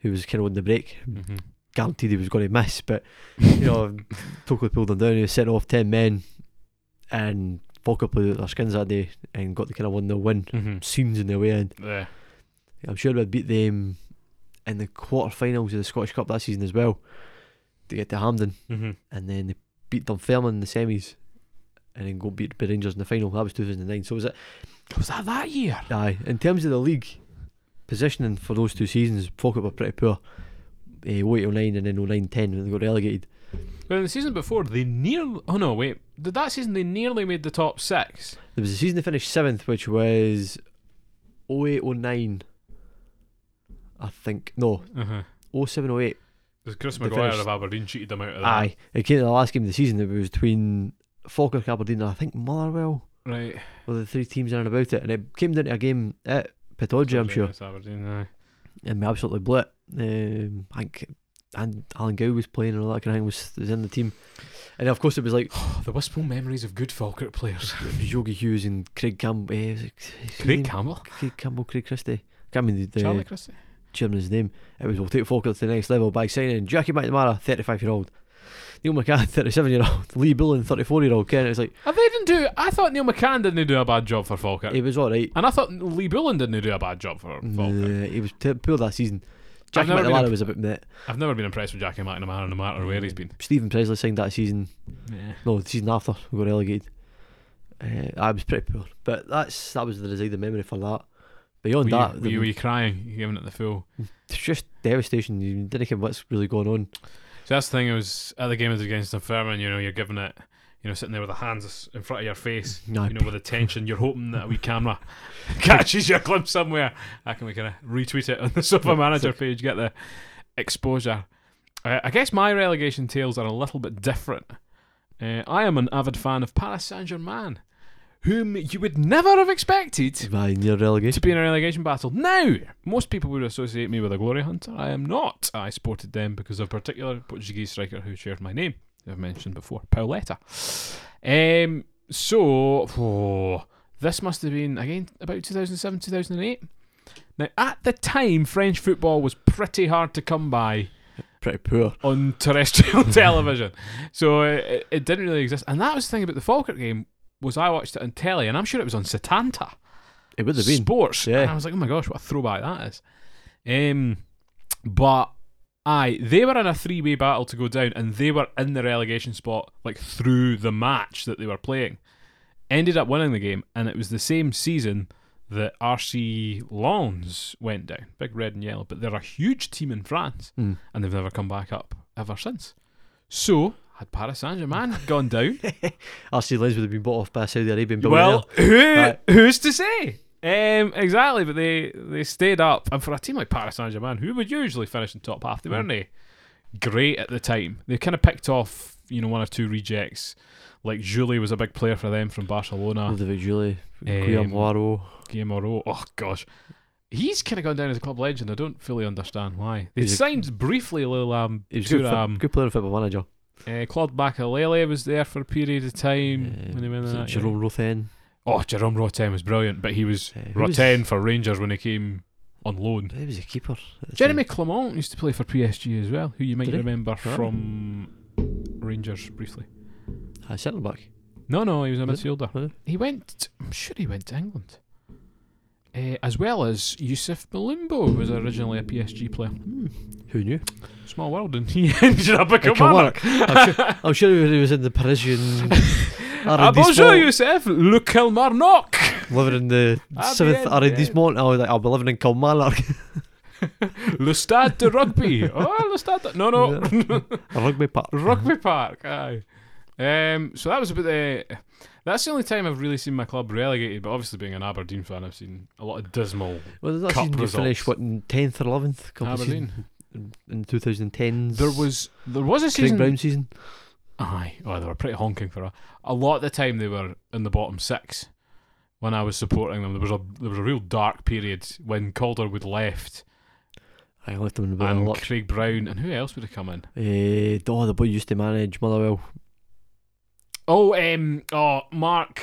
Speaker 2: who was kind of on the break.
Speaker 1: Mm-hmm.
Speaker 2: Guaranteed he was going to miss, but you know, Tokely pulled them down. He was sent off 10 men, and Falkirk played out their skins that day and got the kind of 1 0 win.
Speaker 1: mm-hmm.
Speaker 2: Seems in the way end.
Speaker 1: Yeah.
Speaker 2: I'm sure we'd beat them in the quarter finals of the Scottish Cup that season as well to get to Hampden,
Speaker 1: Mm-hmm.
Speaker 2: and then they beat Dunfermline in the semis. And then go beat the Rangers in the final. That was 2009. So was it?
Speaker 1: Was that that year?
Speaker 2: Aye. In terms of the league positioning for those two seasons, Falkirk were pretty poor. Uh, 09 and then 09 10 when they got relegated.
Speaker 1: Well, the season before they nearly. Oh no, wait. Did that season they nearly made the top six?
Speaker 2: There was a season that finished seventh, which was 08 09, I think. No,
Speaker 1: Uh-huh.
Speaker 2: 07 08.
Speaker 1: Because Chris
Speaker 2: They
Speaker 1: Maguire
Speaker 2: finished-
Speaker 1: of Aberdeen cheated them out of that.
Speaker 2: Aye. It came to the last game of the season. It was between Falkirk, Aberdeen, and I think Motherwell
Speaker 1: Right.
Speaker 2: were the three teams in and about it. And it came down to a game at Pitodja, I'm sure.
Speaker 1: Yes, Aberdeen, aye.
Speaker 2: And we absolutely blew it. Um, I think and Alan Gow was playing and all that kind of thing was, was in the team. And of course, it was like
Speaker 1: The wistful memories of good Falkirk players.
Speaker 2: it was Yogi Hughes and Craig Campbell. Uh, was it his
Speaker 1: Craig
Speaker 2: name?
Speaker 1: Campbell.
Speaker 2: Craig Campbell, Craig Christie. can't remember the, the
Speaker 1: Charlie Christie.
Speaker 2: Chairman's name. It was we'll take Falkirk to the next level by signing Jackie McNamara, 35 year old, Neil McCann, 37 year old, Lee Bullen, 34 year old. Ken, it was like,
Speaker 1: And Uh, they didn't do. I thought Neil McCann didn't do a bad job for Falkirk,
Speaker 2: it was alright.
Speaker 1: and I thought Lee Bullen didn't do a bad job for Falkirk.
Speaker 2: Nah, he was t- poor that season.
Speaker 1: I've
Speaker 2: Jackie
Speaker 1: never been
Speaker 2: McNamara
Speaker 1: imp-
Speaker 2: was a bit met.
Speaker 1: I've never been impressed with Jackie McNamara, no matter where he's been.
Speaker 2: Stephen Presley signed that season. No, the season after we got relegated. Uh, I was pretty poor, but that's that was the design memory for that. Beyond
Speaker 1: Were you,
Speaker 2: that,
Speaker 1: were
Speaker 2: the-
Speaker 1: you, were you crying, You giving it the full?
Speaker 2: it's just devastation. You didn't care what's really going on.
Speaker 1: So that's the thing. It was at the game against Dunfermline. You know, you're giving it. You know, sitting there with the hands in front of your face.
Speaker 2: No,
Speaker 1: You know, with the tension, you're hoping that a wee camera catches your clip somewhere. I can we can retweet it on the Sofa
Speaker 2: Yeah,
Speaker 1: Manager
Speaker 2: sick.
Speaker 1: page. Get the exposure. Uh, I guess my relegation tales are a little bit different. Uh, I am an avid fan of Paris Saint Germain, whom you would never have expected
Speaker 2: Aye, near
Speaker 1: to
Speaker 2: relegation.
Speaker 1: be in a relegation battle. Now, most people would associate me with a glory hunter. I am not. I supported them because of a particular Portuguese striker who shared my name, I've mentioned before, Pauleta. Um, so, oh, This must have been, again, about 2007, 2008. Now, at the time, French football was pretty hard to come by
Speaker 2: Pretty poor.
Speaker 1: on terrestrial television. So it, it didn't really exist. And that was the thing about the Falkirk game was I watched it on telly, and I'm sure it was on Satanta
Speaker 2: It would have been.
Speaker 1: Sports.
Speaker 2: Yeah.
Speaker 1: And I was like, oh my gosh, what a throwback that is. Um, but aye, they were in a three-way battle to go down, and they were in the relegation spot like through the match that they were playing. Ended up winning the game, and it was the same season that RC Lons went down, big red and yellow. But they're a huge team in France
Speaker 2: Mm.
Speaker 1: and they've never come back up ever since. So had Paris Saint Germain gone down?
Speaker 2: RC Lens would have been bought off by a Saudi Arabian billionaire.
Speaker 1: well, who
Speaker 2: Right.
Speaker 1: who's to say? Um, exactly, but they they stayed up, and for a team like Paris Saint Germain, who would usually finish in top
Speaker 2: Hmm.
Speaker 1: half, they weren't they great at the time. They kind of picked off, you know, one or two rejects. Like Julie was a big player for them from Barcelona.
Speaker 2: Loved about Julie,
Speaker 1: Um,
Speaker 2: Guillaume Loiro.
Speaker 1: Game or oh, oh gosh. He's kind of gone down as a club legend. I don't fully understand why. They
Speaker 2: He's a-
Speaker 1: signed briefly um, Lilam
Speaker 2: He was a good, fo-
Speaker 1: Thuram.
Speaker 2: good player and football manager.
Speaker 1: Uh, Claude Bakalele was there for a period of time
Speaker 2: Uh,
Speaker 1: when he went
Speaker 2: was
Speaker 1: in
Speaker 2: it
Speaker 1: that. yeah.
Speaker 2: Jerome Rothen.
Speaker 1: Oh, Jerome Roten was brilliant, but he was
Speaker 2: Uh, who was-
Speaker 1: Roten for Rangers when he came on loan.
Speaker 2: He was a keeper. at the
Speaker 1: Jeremy
Speaker 2: time.
Speaker 1: Clement used to play for PSG as well, who you might
Speaker 2: Did he?
Speaker 1: remember
Speaker 2: Right.
Speaker 1: from Rangers briefly.
Speaker 2: Ah, centre back.
Speaker 1: No, no, he was a
Speaker 2: Was
Speaker 1: midfielder.
Speaker 2: Huh?
Speaker 1: He went. I'm sure he went to England. Uh, as well as Yusuf Malumbo was originally a PSG player.
Speaker 2: Who knew?
Speaker 1: Small world, and he ended up a
Speaker 2: Come on.
Speaker 1: commander.
Speaker 2: I'm, sure, I'm sure he was in the Parisian.
Speaker 1: Ah,
Speaker 2: arrondissement,
Speaker 1: bonjour, Yusuf. Le Kilmarnock.
Speaker 2: Living in the
Speaker 1: Ah,
Speaker 2: seventh
Speaker 1: bien,
Speaker 2: arrondissement. I was like, I'll be living in Kilmarnock.
Speaker 1: Le Stade de Rugby. Oh, Le Stade. De... No, no.
Speaker 2: a rugby park.
Speaker 1: Rugby Park, aye. Um, so that was about the. That's the only time I've really seen my club relegated. But obviously, being an Aberdeen fan, I've seen a lot of dismal
Speaker 2: Well, that
Speaker 1: Cup
Speaker 2: season you
Speaker 1: results.
Speaker 2: finished, what, in 10th or 11th? Cup of
Speaker 1: Aberdeen.
Speaker 2: season in- In 2010s.
Speaker 1: There was there was a
Speaker 2: Craig
Speaker 1: season.
Speaker 2: Brown season.
Speaker 1: Aye, oh, they were pretty honking for a. A lot of the time they were in the bottom six. When I was supporting them, there was a there was a real dark period when Calderwood left
Speaker 2: I left him in the bottom
Speaker 1: and
Speaker 2: lot.
Speaker 1: Craig Brown and who else would have come in?
Speaker 2: Eh, oh, the boy who used to manage Motherwell.
Speaker 1: Oh, um, oh Mark,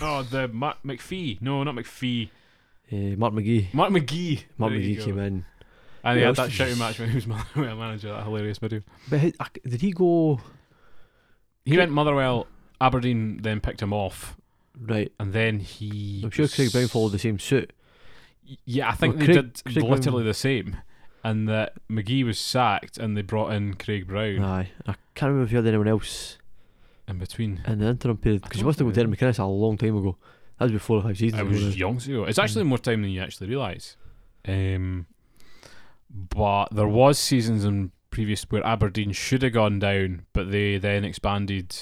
Speaker 1: oh the Mark McPhee. No, not McPhee.
Speaker 2: Eh, Mark McGee.
Speaker 1: Mark McGee.
Speaker 2: Mark
Speaker 1: There you
Speaker 2: McGee
Speaker 1: go.
Speaker 2: came in.
Speaker 1: And he
Speaker 2: Yeah,
Speaker 1: had
Speaker 2: I
Speaker 1: that
Speaker 2: was-
Speaker 1: shouting match when he was my my manager, that hilarious video.
Speaker 2: But how, I c- did he go
Speaker 1: He went Motherwell, Aberdeen, then picked him off,
Speaker 2: right?
Speaker 1: and then he.
Speaker 2: I'm sure
Speaker 1: was-
Speaker 2: Craig Brown followed the same suit.
Speaker 1: Yeah, I think
Speaker 2: Well,
Speaker 1: they
Speaker 2: Craig-
Speaker 1: did
Speaker 2: Craig Brown-
Speaker 1: literally the same, and that McGee was sacked, and they brought in Craig Brown
Speaker 2: Aye, I can't remember if you had anyone else
Speaker 1: in between.
Speaker 2: in the interim period
Speaker 1: I
Speaker 2: because you
Speaker 1: don't
Speaker 2: must have got
Speaker 1: think
Speaker 2: Dermot McInnes a long time ago. That was before five seasons.
Speaker 1: It
Speaker 2: ago
Speaker 1: was
Speaker 2: then.
Speaker 1: young ago. It's
Speaker 2: Mm.
Speaker 1: actually more time than you actually realise. Um, but there was seasons in previous where Aberdeen should have gone down, but they then expanded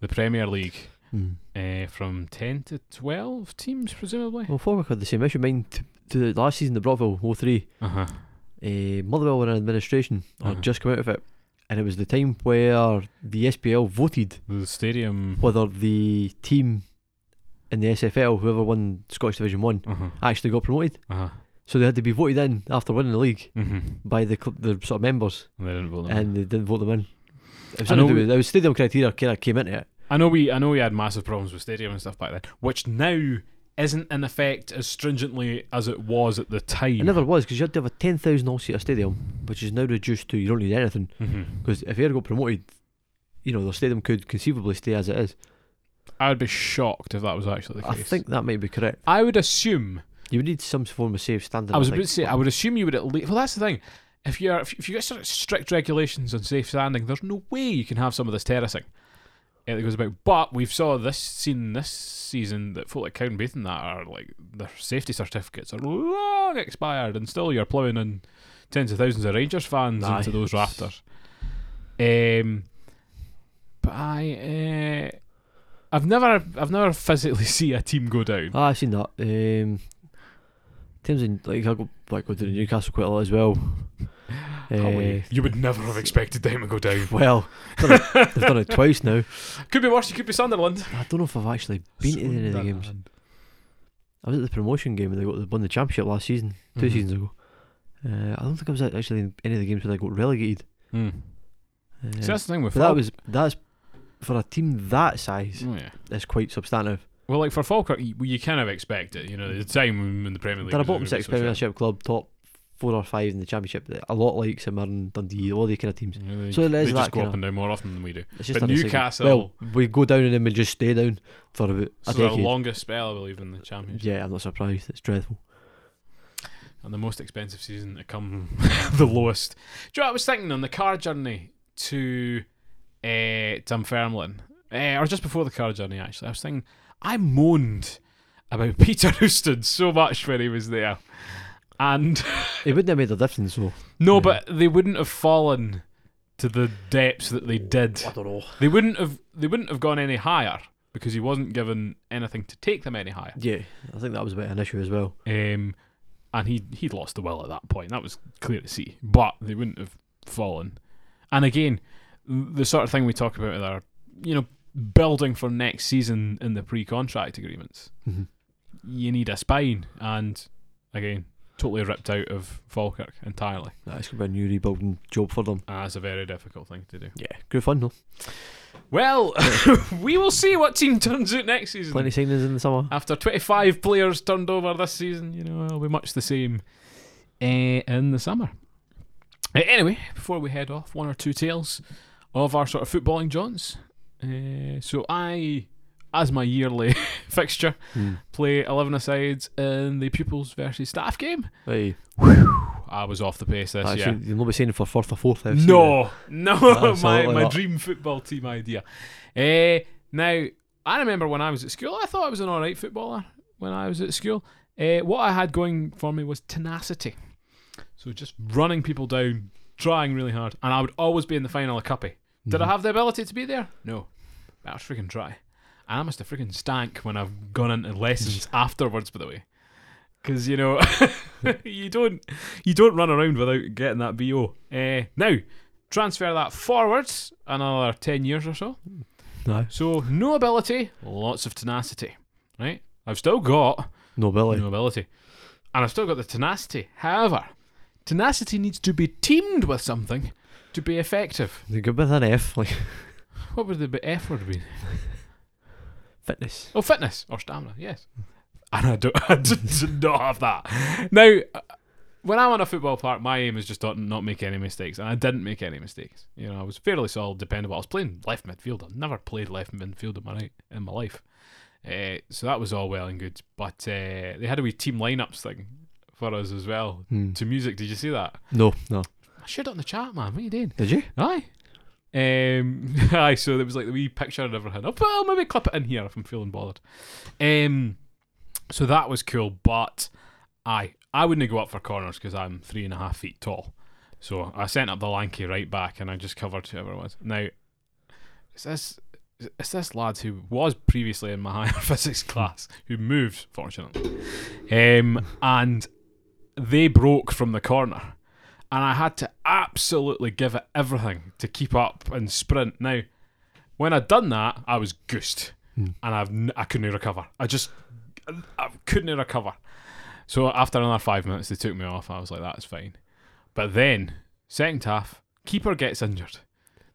Speaker 1: the Premier League.
Speaker 2: Mm.
Speaker 1: Uh, from 10 to 12 teams, presumably.
Speaker 2: Well, Falkirk had the same issue. Mine t- to the last season, the Brockville 03,
Speaker 1: Uh-huh.
Speaker 2: uh, Motherwell were in administration or
Speaker 1: Uh-huh.
Speaker 2: just come out of it, and it was the time where the SPL voted
Speaker 1: The stadium.
Speaker 2: whether the team in the SFL, whoever won Scottish Division One,
Speaker 1: Uh-huh.
Speaker 2: actually got promoted.
Speaker 1: Uh-huh.
Speaker 2: So they had to be voted in after winning the league
Speaker 1: Mm-hmm.
Speaker 2: by the cl- the sort of members.
Speaker 1: They didn't vote them.
Speaker 2: and they didn't vote them in. It was,
Speaker 1: Uh-huh. I
Speaker 2: something to
Speaker 1: know-
Speaker 2: do with- it was stadium criteria kind of came into it.
Speaker 1: I know we I know we had massive problems with stadium and stuff back then, which now isn't in effect as stringently as it was at the time.
Speaker 2: It never was because you had to have a 10,000 all seater stadium, which is now reduced to you don't need anything.
Speaker 1: Mhm.
Speaker 2: Because uh, if Air got promoted, you know, their stadium could conceivably stay as it is.
Speaker 1: I would be shocked if that was actually the
Speaker 2: I
Speaker 1: case.
Speaker 2: think that might be correct.
Speaker 1: I would assume
Speaker 2: You would need some form of safe standing.
Speaker 1: I was about
Speaker 2: think.
Speaker 1: to say I would assume you would at least well that's the thing. If you're if, if you get sort of strict regulations on safe standing, there's no way you can have some of this terracing. eh, That goes about, but we've saw this seen this season that folk like Cowdenbeath and that are like their safety certificates are long expired, and still you're ploughing in tens of thousands of Rangers fans
Speaker 2: Aye.
Speaker 1: into those rafters. Um, but I, uh, I've never, I've never physically see a team go down.
Speaker 2: Ah, I've seen that. Um, teams in like I go like go to Newcastle quite a lot as well.
Speaker 1: How
Speaker 2: Eh,
Speaker 1: we- you would never have expected them to go down.
Speaker 2: well, done it- they've done it twice now.
Speaker 1: Could be worse. You could be Sunderland.
Speaker 2: I don't know if I've actually been to any of the games. I was at the promotion game when they got they won the championship last season, 2
Speaker 1: Mhm.
Speaker 2: seasons ago. Uh, I don't think I was at- actually in any of the games where they got relegated.
Speaker 1: Mm.
Speaker 2: Uh,
Speaker 1: See, that's the thing with
Speaker 2: but that
Speaker 1: Falk-
Speaker 2: was that's for a team that size
Speaker 1: Oh, yeah.
Speaker 2: is quite substantive.
Speaker 1: Well, like for Falkirk, you, well, you kind of expect it. You know, the time when- when the Premier League.
Speaker 2: They're a
Speaker 1: was
Speaker 2: bottom
Speaker 1: gonna be
Speaker 2: six
Speaker 1: so shit.
Speaker 2: Premiership club, top four or five in the Championship. A lot like Simmerin, Dundee, all these kind of teams.
Speaker 1: You know, they,
Speaker 2: So there is
Speaker 1: they
Speaker 2: that
Speaker 1: just go
Speaker 2: kinda-
Speaker 1: up and down more often than we do.
Speaker 2: It's just
Speaker 1: But
Speaker 2: unreal.
Speaker 1: Newcastle-
Speaker 2: Well, we go down and then we just stay down for about
Speaker 1: So
Speaker 2: a
Speaker 1: the
Speaker 2: decade.
Speaker 1: longest spell, I believe, in the championship,
Speaker 2: yeah, I'm not surprised. It's dreadful.
Speaker 1: and the most expensive season to come, the lowest. Do you know what I was thinking on the car journey to uh, Dunfermline, uh, or just before the car journey? Actually, I was thinking I moaned about Peter Houston so much when he was there, and
Speaker 2: It wouldn't have made a difference, though.
Speaker 1: no,
Speaker 2: Yeah.
Speaker 1: but they wouldn't have fallen to the depths that they did.
Speaker 2: don't know.
Speaker 1: They wouldn't have. They wouldn't have gone any higher because he wasn't given anything to take them any higher.
Speaker 2: Yeah, I think that was a bit of an issue as well.
Speaker 1: Um, and he he'd lost the will at that point. That was clear to see. But they wouldn't have fallen. And again, the sort of thing we talk about with our, you know, building for next season in the pre-contract agreements.
Speaker 2: Mhm.
Speaker 1: You need a spine, and again, totally ripped out of Falkirk entirely. Ah,
Speaker 2: Nah, it's going to be a new rebuilding job for them.
Speaker 1: That's a very difficult thing to do.
Speaker 2: Yeah, good fun though.
Speaker 1: Well, we will see what team turns out next season.
Speaker 2: Plenty of signings in the summer.
Speaker 1: after 25 players turned over this season, you know, it'll be much the same uh, in the summer. Uh, anyway, before we head off, one or two tales of our sort of footballing jaunts. Uh, so I, as my yearly fixture,
Speaker 2: Hmm.
Speaker 1: play 11 asides in the pupils versus staff game.
Speaker 2: Hey,
Speaker 1: I was off the pace this
Speaker 2: actually,
Speaker 1: year.
Speaker 2: you'll not be signing for fourth or fourth. FC then.
Speaker 1: No, no, my,
Speaker 2: Absolutely
Speaker 1: my
Speaker 2: not.
Speaker 1: dream football team idea. Eh, now, I remember when I was at school, I thought I was an alright footballer when I was at school. Eh, what I had going for me was tenacity. So just running people down, trying really hard, and I would always be in the final of Cuppy. Did
Speaker 2: Mm-hmm.
Speaker 1: I have the ability to be there? No. But I was freaking try. And I must have freaking stank when I've gone into lessons afterwards, by the way. Because, you know, you don't you don't run around without getting that BO. Eh, now, transfer that forwards another 10 years or so.
Speaker 2: no,
Speaker 1: So, no ability, lots of tenacity, right? I've still got
Speaker 2: no Billy.
Speaker 1: no ability. And I've still got the tenacity. However, tenacity needs to be teamed with something to be effective.
Speaker 2: They Good with an F, like
Speaker 1: What would the b- F word be?
Speaker 2: fitness.
Speaker 1: Oh, fitness or stamina, yes. And I, don't, I did did not have that. Now, uh, when I'm on a football park, my aim is just not, not make any mistakes, and I didn't make any mistakes. You know, I was fairly solid, dependable. I was playing left midfielder. Never played left midfield in my night- in my life, uh, so that was all well and good. But uh, they had a wee team lineups thing for us as well
Speaker 2: Hmm.
Speaker 1: to music. Did you see that?
Speaker 2: No, no.
Speaker 1: I shared it on the chat, man. What are you doing?
Speaker 2: Did you?
Speaker 1: Aye. Um, aye, so there was like the wee picture and everything. Oh, well, maybe clip it in here if I'm feeling bothered. Um, so that was cool, but aye, I wouldn't go up for corners because I'm three and a half feet tall. So I sent up the lanky right back and I just covered whoever it was. Now, it's this, it's this lad who was previously in my higher physics class who moved, fortunately. Um, and they broke from the corner and I had to absolutely give it everything to keep up and sprint. Now, when I'd done that, I was goosed,
Speaker 2: Hmm.
Speaker 1: and I've n- I couldn't recover. I just I couldn't recover. So after another five minutes, they took me off. I was like, "That's fine." But then second half, keeper gets injured.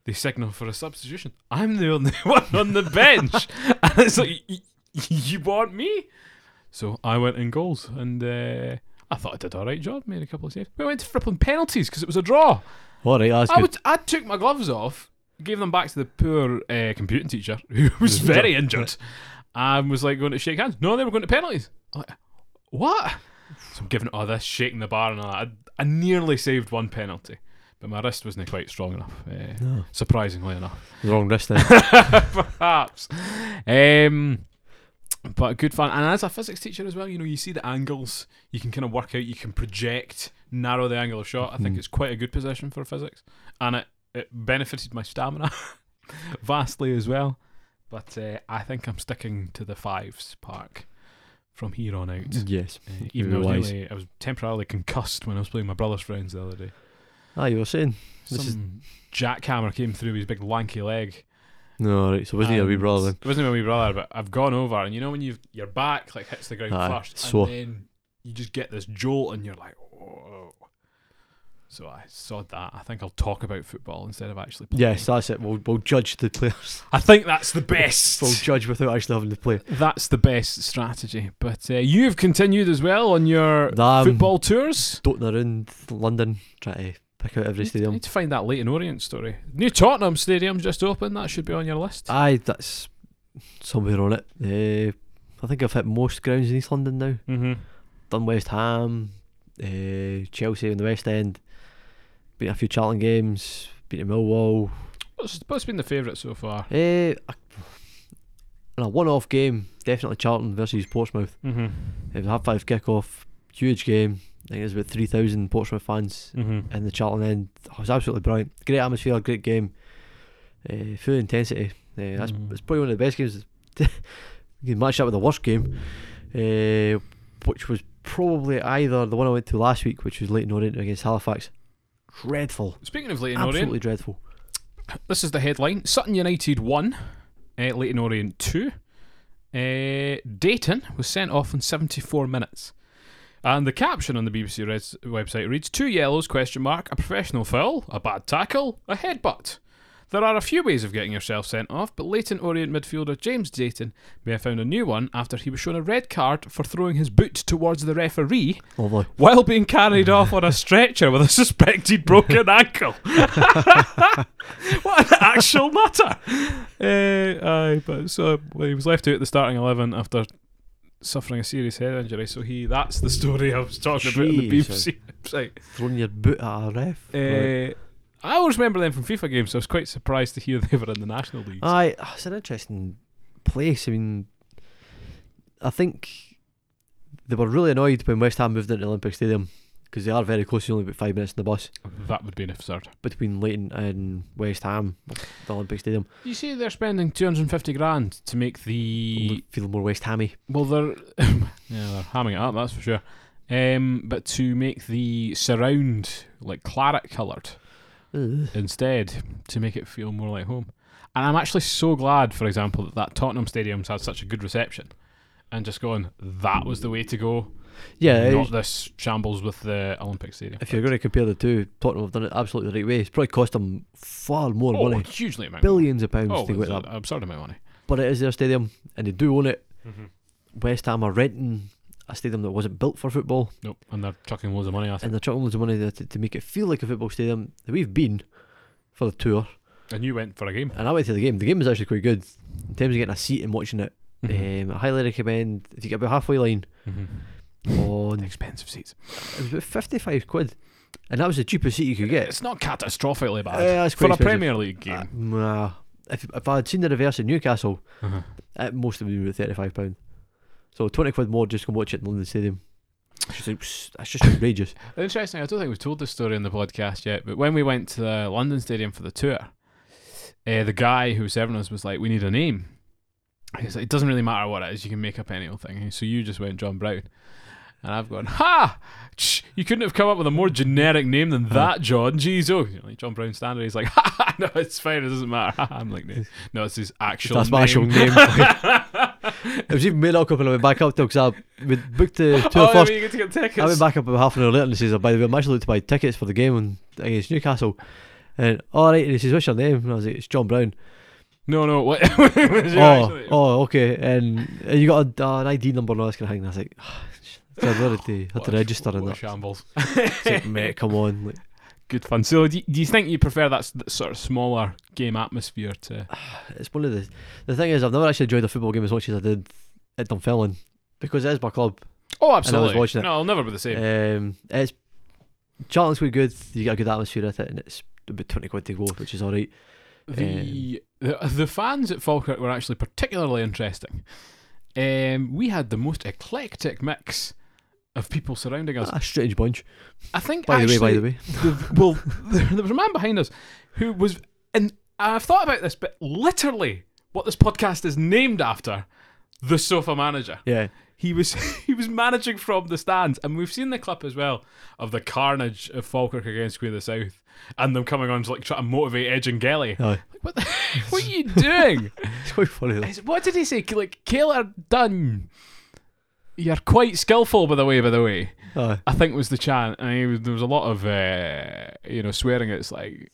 Speaker 1: They signal for a substitution. I'm the only one on the bench, and it's like, y- y- "You want me?" So I went in goals, and uh, I thought I did all right job, made a couple of saves. We went to flipping penalties because it was a draw.
Speaker 2: All right, that's
Speaker 1: I
Speaker 2: good.
Speaker 1: would, I took my gloves off, gave them back to the poor uh, computing teacher who was very injured, and was like going to shake hands. No, they were going to penalties. I'm like, what? So I'm giving it all this, shaking the bar and all that. I, I nearly saved one penalty, but my wrist wasn't quite strong enough. Uh,
Speaker 2: No,
Speaker 1: Surprisingly enough.
Speaker 2: the wrong wrist then.
Speaker 1: perhaps. Um, but good fun. And as a physics teacher as well, you know, you see the angles, you can kind of work out, you can project, narrow the angle of shot. I think
Speaker 2: Mm.
Speaker 1: it's quite a good position for physics, and it, it benefited my stamina vastly as well. But uh, I think I'm sticking to the fives park from here on out.
Speaker 2: yes.
Speaker 1: Uh, even though I was,
Speaker 2: Mm. Wise.
Speaker 1: nearly- I was temporarily concussed when I was playing my brother's friends the other day.
Speaker 2: Ah, you were saying. This is-
Speaker 1: Some jackhammer came through his big lanky leg.
Speaker 2: No, all right. So wasn't he a wee
Speaker 1: And
Speaker 2: brother then?
Speaker 1: It wasn't my wee brother, but I've gone over, and you know when you your back like hits the ground
Speaker 2: Aye,
Speaker 1: first,
Speaker 2: sore.
Speaker 1: and then you just get this jolt, and you're like, "Whoa!" So I saw that. I think I'll talk about football instead of actually playing.
Speaker 2: Yes, that's it. We'll, we'll judge the players.
Speaker 1: I think that's the best.
Speaker 2: We'll judge without actually having to play.
Speaker 1: That's the best strategy. But uh, you've continued as well on your
Speaker 2: Um,
Speaker 1: football tours.
Speaker 2: Doting around London, trying to pick out every
Speaker 1: I
Speaker 2: stadium.
Speaker 1: need to find that Leighton Orient story. New Tottenham Stadium's just open. That should be on your list.
Speaker 2: Aye, that's somewhere on it. Uh, I think I've hit most grounds in East London now.
Speaker 1: mm-hmm.
Speaker 2: Done West Ham, uh, Chelsea in the West End, been a few Charlton games, been to Millwall.
Speaker 1: What's, what's been the favourite so far?
Speaker 2: Uh, in a one-off game, definitely Charlton versus Portsmouth.
Speaker 1: Mm-hmm.
Speaker 2: It was a half-five kick-off, huge game. I think there's about 3,000 Portsmouth fans
Speaker 1: Mm-hmm.
Speaker 2: in the Charlton end. Oh, it was absolutely brilliant. Great atmosphere, great game. Uh, full intensity. Uh, that's
Speaker 1: Mm.
Speaker 2: it's probably one of the best games. you can match that with the worst game, uh, which was probably either the one I went to last week, which was Leighton Orient against Halifax. Dreadful.
Speaker 1: Speaking of Leighton
Speaker 2: absolutely
Speaker 1: Orient,
Speaker 2: dreadful.
Speaker 1: this is the headline: Sutton United one, uh, Leighton Orient two. Uh, Dayton was sent off in 74 minutes, and the caption on the BBC Reds website reads: two yellows question mark, a professional foul, a bad tackle, a headbutt. There are a few ways of getting yourself sent off, but Leighton Orient midfielder James Dayton may have found a new one after he was shown a red card for throwing his boot towards the referee
Speaker 2: Lovely.
Speaker 1: while being carried off on a stretcher with a suspected broken ankle. what an actual matter! Uh, aye, but so well, he was left out at the starting eleven after suffering a serious head injury. So he that's the story I was talking about on the
Speaker 2: Jesus.
Speaker 1: BBC website.
Speaker 2: Throwing your boot at a ref. Right.
Speaker 1: Uh, I always remember them from FIFA games. So I was quite surprised to hear they were in the national league.
Speaker 2: Aye, ah, it's an interesting place. I mean, I think they were really annoyed when West Ham moved into Olympic Stadium because they are very close. You're only about five minutes in the bus
Speaker 1: that would be an absurd.
Speaker 2: between Leighton and West Ham, the Olympic Stadium.
Speaker 1: You see, they're spending two hundred and fifty grand to make the
Speaker 2: Look- Feel more West Hammy.
Speaker 1: Well, they're yeah, they're hamming it up. That's for sure. Um, but to make the surround like claret coloured
Speaker 2: Ugh.
Speaker 1: instead to make it feel more like home. And I'm actually so glad, for example, that that Tottenham Stadium's had such a good reception. And just going, that was the way to go.
Speaker 2: Yeah, eh,
Speaker 1: not this shambles with the Olympic Stadium.
Speaker 2: if you're going to compare the two, Tottenham have done it absolutely the right way. It's probably cost them far more
Speaker 1: oh,
Speaker 2: money,
Speaker 1: hugely amount. of money.
Speaker 2: billions of pounds
Speaker 1: Oh,
Speaker 2: to
Speaker 1: it's
Speaker 2: get
Speaker 1: an
Speaker 2: that.
Speaker 1: absurd amount of money.
Speaker 2: But it is their stadium, and they do own it.
Speaker 1: Mhm.
Speaker 2: West Ham are renting a stadium that wasn't built for football.
Speaker 1: Nope, and they're chucking loads of money at it.
Speaker 2: and they're chucking loads of money there to, to make it feel like a football stadium. We've been for the tour,
Speaker 1: And you went for a game.
Speaker 2: and I went to the game. The game was actually quite good in terms of getting a seat and watching it.
Speaker 1: Mm-hmm.
Speaker 2: Um, I highly recommend if you get about halfway line
Speaker 1: Mhm.
Speaker 2: on it
Speaker 1: Expensive seats.
Speaker 2: was about fifty five quid, and that was the cheapest seat you could get.
Speaker 1: It's not catastrophically bad.
Speaker 2: Uh, it's
Speaker 1: for
Speaker 2: quite
Speaker 1: a
Speaker 2: expensive.
Speaker 1: Premier League
Speaker 2: Uh,
Speaker 1: game.
Speaker 2: nah. if if I had seen the reverse in Newcastle,
Speaker 1: Uh-huh.
Speaker 2: at most it would be about thirty five pound. So twenty quid more just to watch it in London Stadium. It's just, it's- that's just outrageous.
Speaker 1: Interesting. I don't think we've told this story in the podcast yet, but when we went to the London Stadium for the tour, uh, the guy who was serving us was like, "We need a name." He's like, "It doesn't really matter what it is. You can make up any old thing." So you just went John Brown, and I've gone, "Ha! Tch, you couldn't have come up with a more generic name than
Speaker 2: Uh-huh.
Speaker 1: that, John." Jeez, oh, you know, like John Brown standard. He's like, "Ha! ha, No, it's fine. It doesn't matter." I'm like, "No, no it's his actual
Speaker 2: That's
Speaker 1: name." Oh,
Speaker 2: my actual name. it was even made up when I went back up to because I we booked uh, the tour
Speaker 1: oh,
Speaker 2: first.
Speaker 1: you get to get
Speaker 2: I went
Speaker 1: tickets.
Speaker 2: back up about half an hour later and he says, oh, by the way, I'm actually looking to buy tickets for the game on, against Newcastle. And all right, and he says, what's your name? And I was like, it's John Brown.
Speaker 1: No, no. What? what was your
Speaker 2: oh,
Speaker 1: actual name?
Speaker 2: oh, okay. And and you got a, uh, an ID number and all this kind of thing. And I was like, "Ah, so I had to, had
Speaker 1: What
Speaker 2: to
Speaker 1: a-
Speaker 2: register
Speaker 1: what
Speaker 2: and
Speaker 1: a
Speaker 2: that.
Speaker 1: shambles.
Speaker 2: It's like, mate, come on. Like,
Speaker 1: good fun. So, do, do you think you prefer that, s- that sort of smaller game atmosphere to?
Speaker 2: it's one of the. The thing is, I've never actually enjoyed a football game as much as I did at Dunfermline because it is my club.
Speaker 1: Oh,
Speaker 2: absolutely.
Speaker 1: absolutely.
Speaker 2: watching it.
Speaker 1: No, I'll never be the same.
Speaker 2: Um, it's Charlton's quite good. You get a good atmosphere with it, and it's about 20 quid to go, which is all right.
Speaker 1: the, the the fans at Falkirk were actually particularly interesting. Um, we had the most eclectic mix of people surrounding us.
Speaker 2: A strange bunch.
Speaker 1: I think.
Speaker 2: By
Speaker 1: actually,
Speaker 2: the way, by the way.
Speaker 1: the- well, there was a man behind us who was, and I've thought about this, but literally, what this podcast is named after, the sofa manager.
Speaker 2: Yeah.
Speaker 1: he was he was managing from the stands, and we've seen the clip as well of the carnage of Falkirk against Queen of the South, and them coming on to like try to motivate Edge and Gelly.
Speaker 2: Aye.
Speaker 1: Like, what the, what are you doing?
Speaker 2: It's quite funny though.
Speaker 1: It's- what did he say? Like Kaler Dunn, you're quite skillful by the way. By the way,
Speaker 2: Aye.
Speaker 1: I think was the chant, and he was, there was a lot of uh, you know swearing. It's like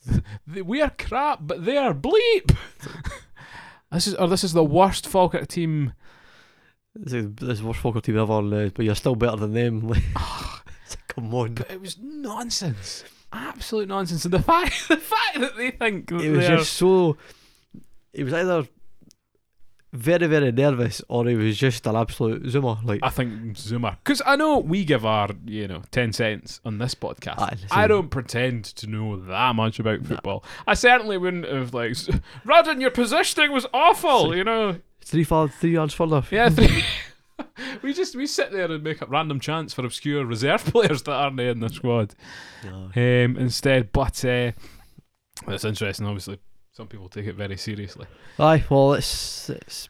Speaker 1: "Th- we are crap, but they are bleep. this is or this is the worst Falkirk team.
Speaker 2: This is this is the worst fucker team ever, uh, but you're still better than them. Like, it's like, come on.
Speaker 1: But it was nonsense, absolute nonsense. And the fact the fact that they think that
Speaker 2: It was
Speaker 1: they are-
Speaker 2: just so. He was either very very nervous or he was just an absolute zoomer. Like
Speaker 1: I think Zuma, because I know we give our you know ten cents on this podcast.
Speaker 2: Aye, so-
Speaker 1: I don't pretend to know that much about football. I certainly wouldn't have like, s- Radon, your positioning was awful.
Speaker 2: So-
Speaker 1: you know,
Speaker 2: three far three yards further.
Speaker 1: yeah. Three- we just we sit there and make up random chants for obscure reserve players that aren't in the squad.
Speaker 2: No.
Speaker 1: Um, instead, but uh, that's interesting. Obviously, some people take it very seriously.
Speaker 2: Aye, well it's it's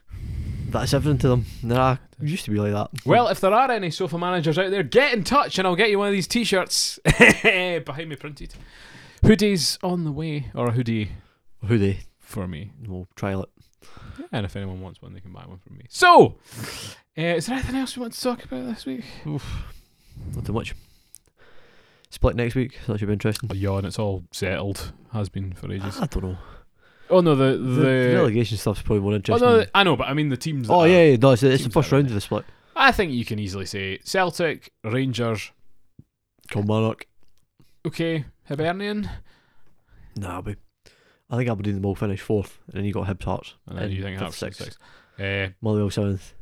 Speaker 2: that's everything to them. Nah, it used to be like that.
Speaker 1: Well, if there are any sofa managers out there, get in touch and I'll get you one of these t-shirts behind me printed. Hoodies on the way, or a hoodie
Speaker 2: who they?
Speaker 1: for me.
Speaker 2: We'll trial it.
Speaker 1: And if anyone wants one, they can buy one from me. So, uh, is there anything else we want to talk about this week?
Speaker 2: Not too much. Split next week. That should be interesting.
Speaker 1: A yawn. It's all settled. Has been for ages.
Speaker 2: I don't know.
Speaker 1: Oh no, the
Speaker 2: The, the
Speaker 1: the.
Speaker 2: relegation stuff's probably more
Speaker 1: oh
Speaker 2: interesting.
Speaker 1: no, I know, but I mean the teams. That
Speaker 2: oh
Speaker 1: are-
Speaker 2: yeah, yeah, no, it's, it's the
Speaker 1: teams
Speaker 2: first
Speaker 1: that are in
Speaker 2: round of the split.
Speaker 1: I think you can easily say Celtic, Rangers.
Speaker 2: Kilmarnock.
Speaker 1: Okay, Hibernian.
Speaker 2: Nah, but I think Aberdeen will finish fourth, and then you got Hibs Hearts.
Speaker 1: And then you think
Speaker 2: fifth,
Speaker 1: that's
Speaker 2: sixth.
Speaker 1: six. Uh,
Speaker 2: Motherwell seventh.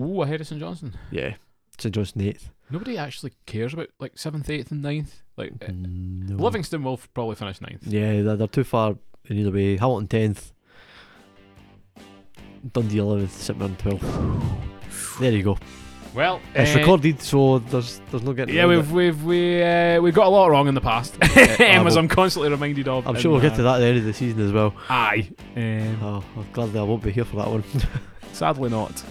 Speaker 1: ooh, ahead of St Johnson.
Speaker 2: Yeah. St Johnstone eighth.
Speaker 1: Nobody actually cares about like seventh, eighth, and ninth. Like uh,
Speaker 2: No.
Speaker 1: Livingston will f- probably finish ninth.
Speaker 2: Yeah, they're, they're too far in either way. Hamilton tenth. Dundee eleventh, St Mirren twelfth. There you go.
Speaker 1: Well,
Speaker 2: Mm. Eh, It's
Speaker 1: uh,
Speaker 2: recorded, so there's there's no getting.
Speaker 1: Yeah,
Speaker 2: around
Speaker 1: we've we've we uh, we've got a lot wrong in the past,
Speaker 2: ah,
Speaker 1: as
Speaker 2: well.
Speaker 1: I'm constantly reminded of.
Speaker 2: it. I'm sure we'll get to
Speaker 1: in, uh,
Speaker 2: that at the end of the season as well.
Speaker 1: Aye, um,
Speaker 2: Oh, I'm glad that I won't be here for that one.
Speaker 1: sadly not.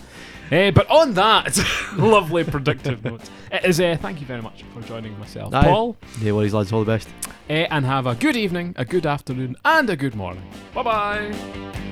Speaker 1: Eh, but on that lovely predictive note, it is. Uh, thank you very much for joining myself,
Speaker 2: Aye.
Speaker 1: Paul,
Speaker 2: no worries, lads. All the best.
Speaker 1: eh, and have a good evening, a good afternoon, and a good morning. Bye bye.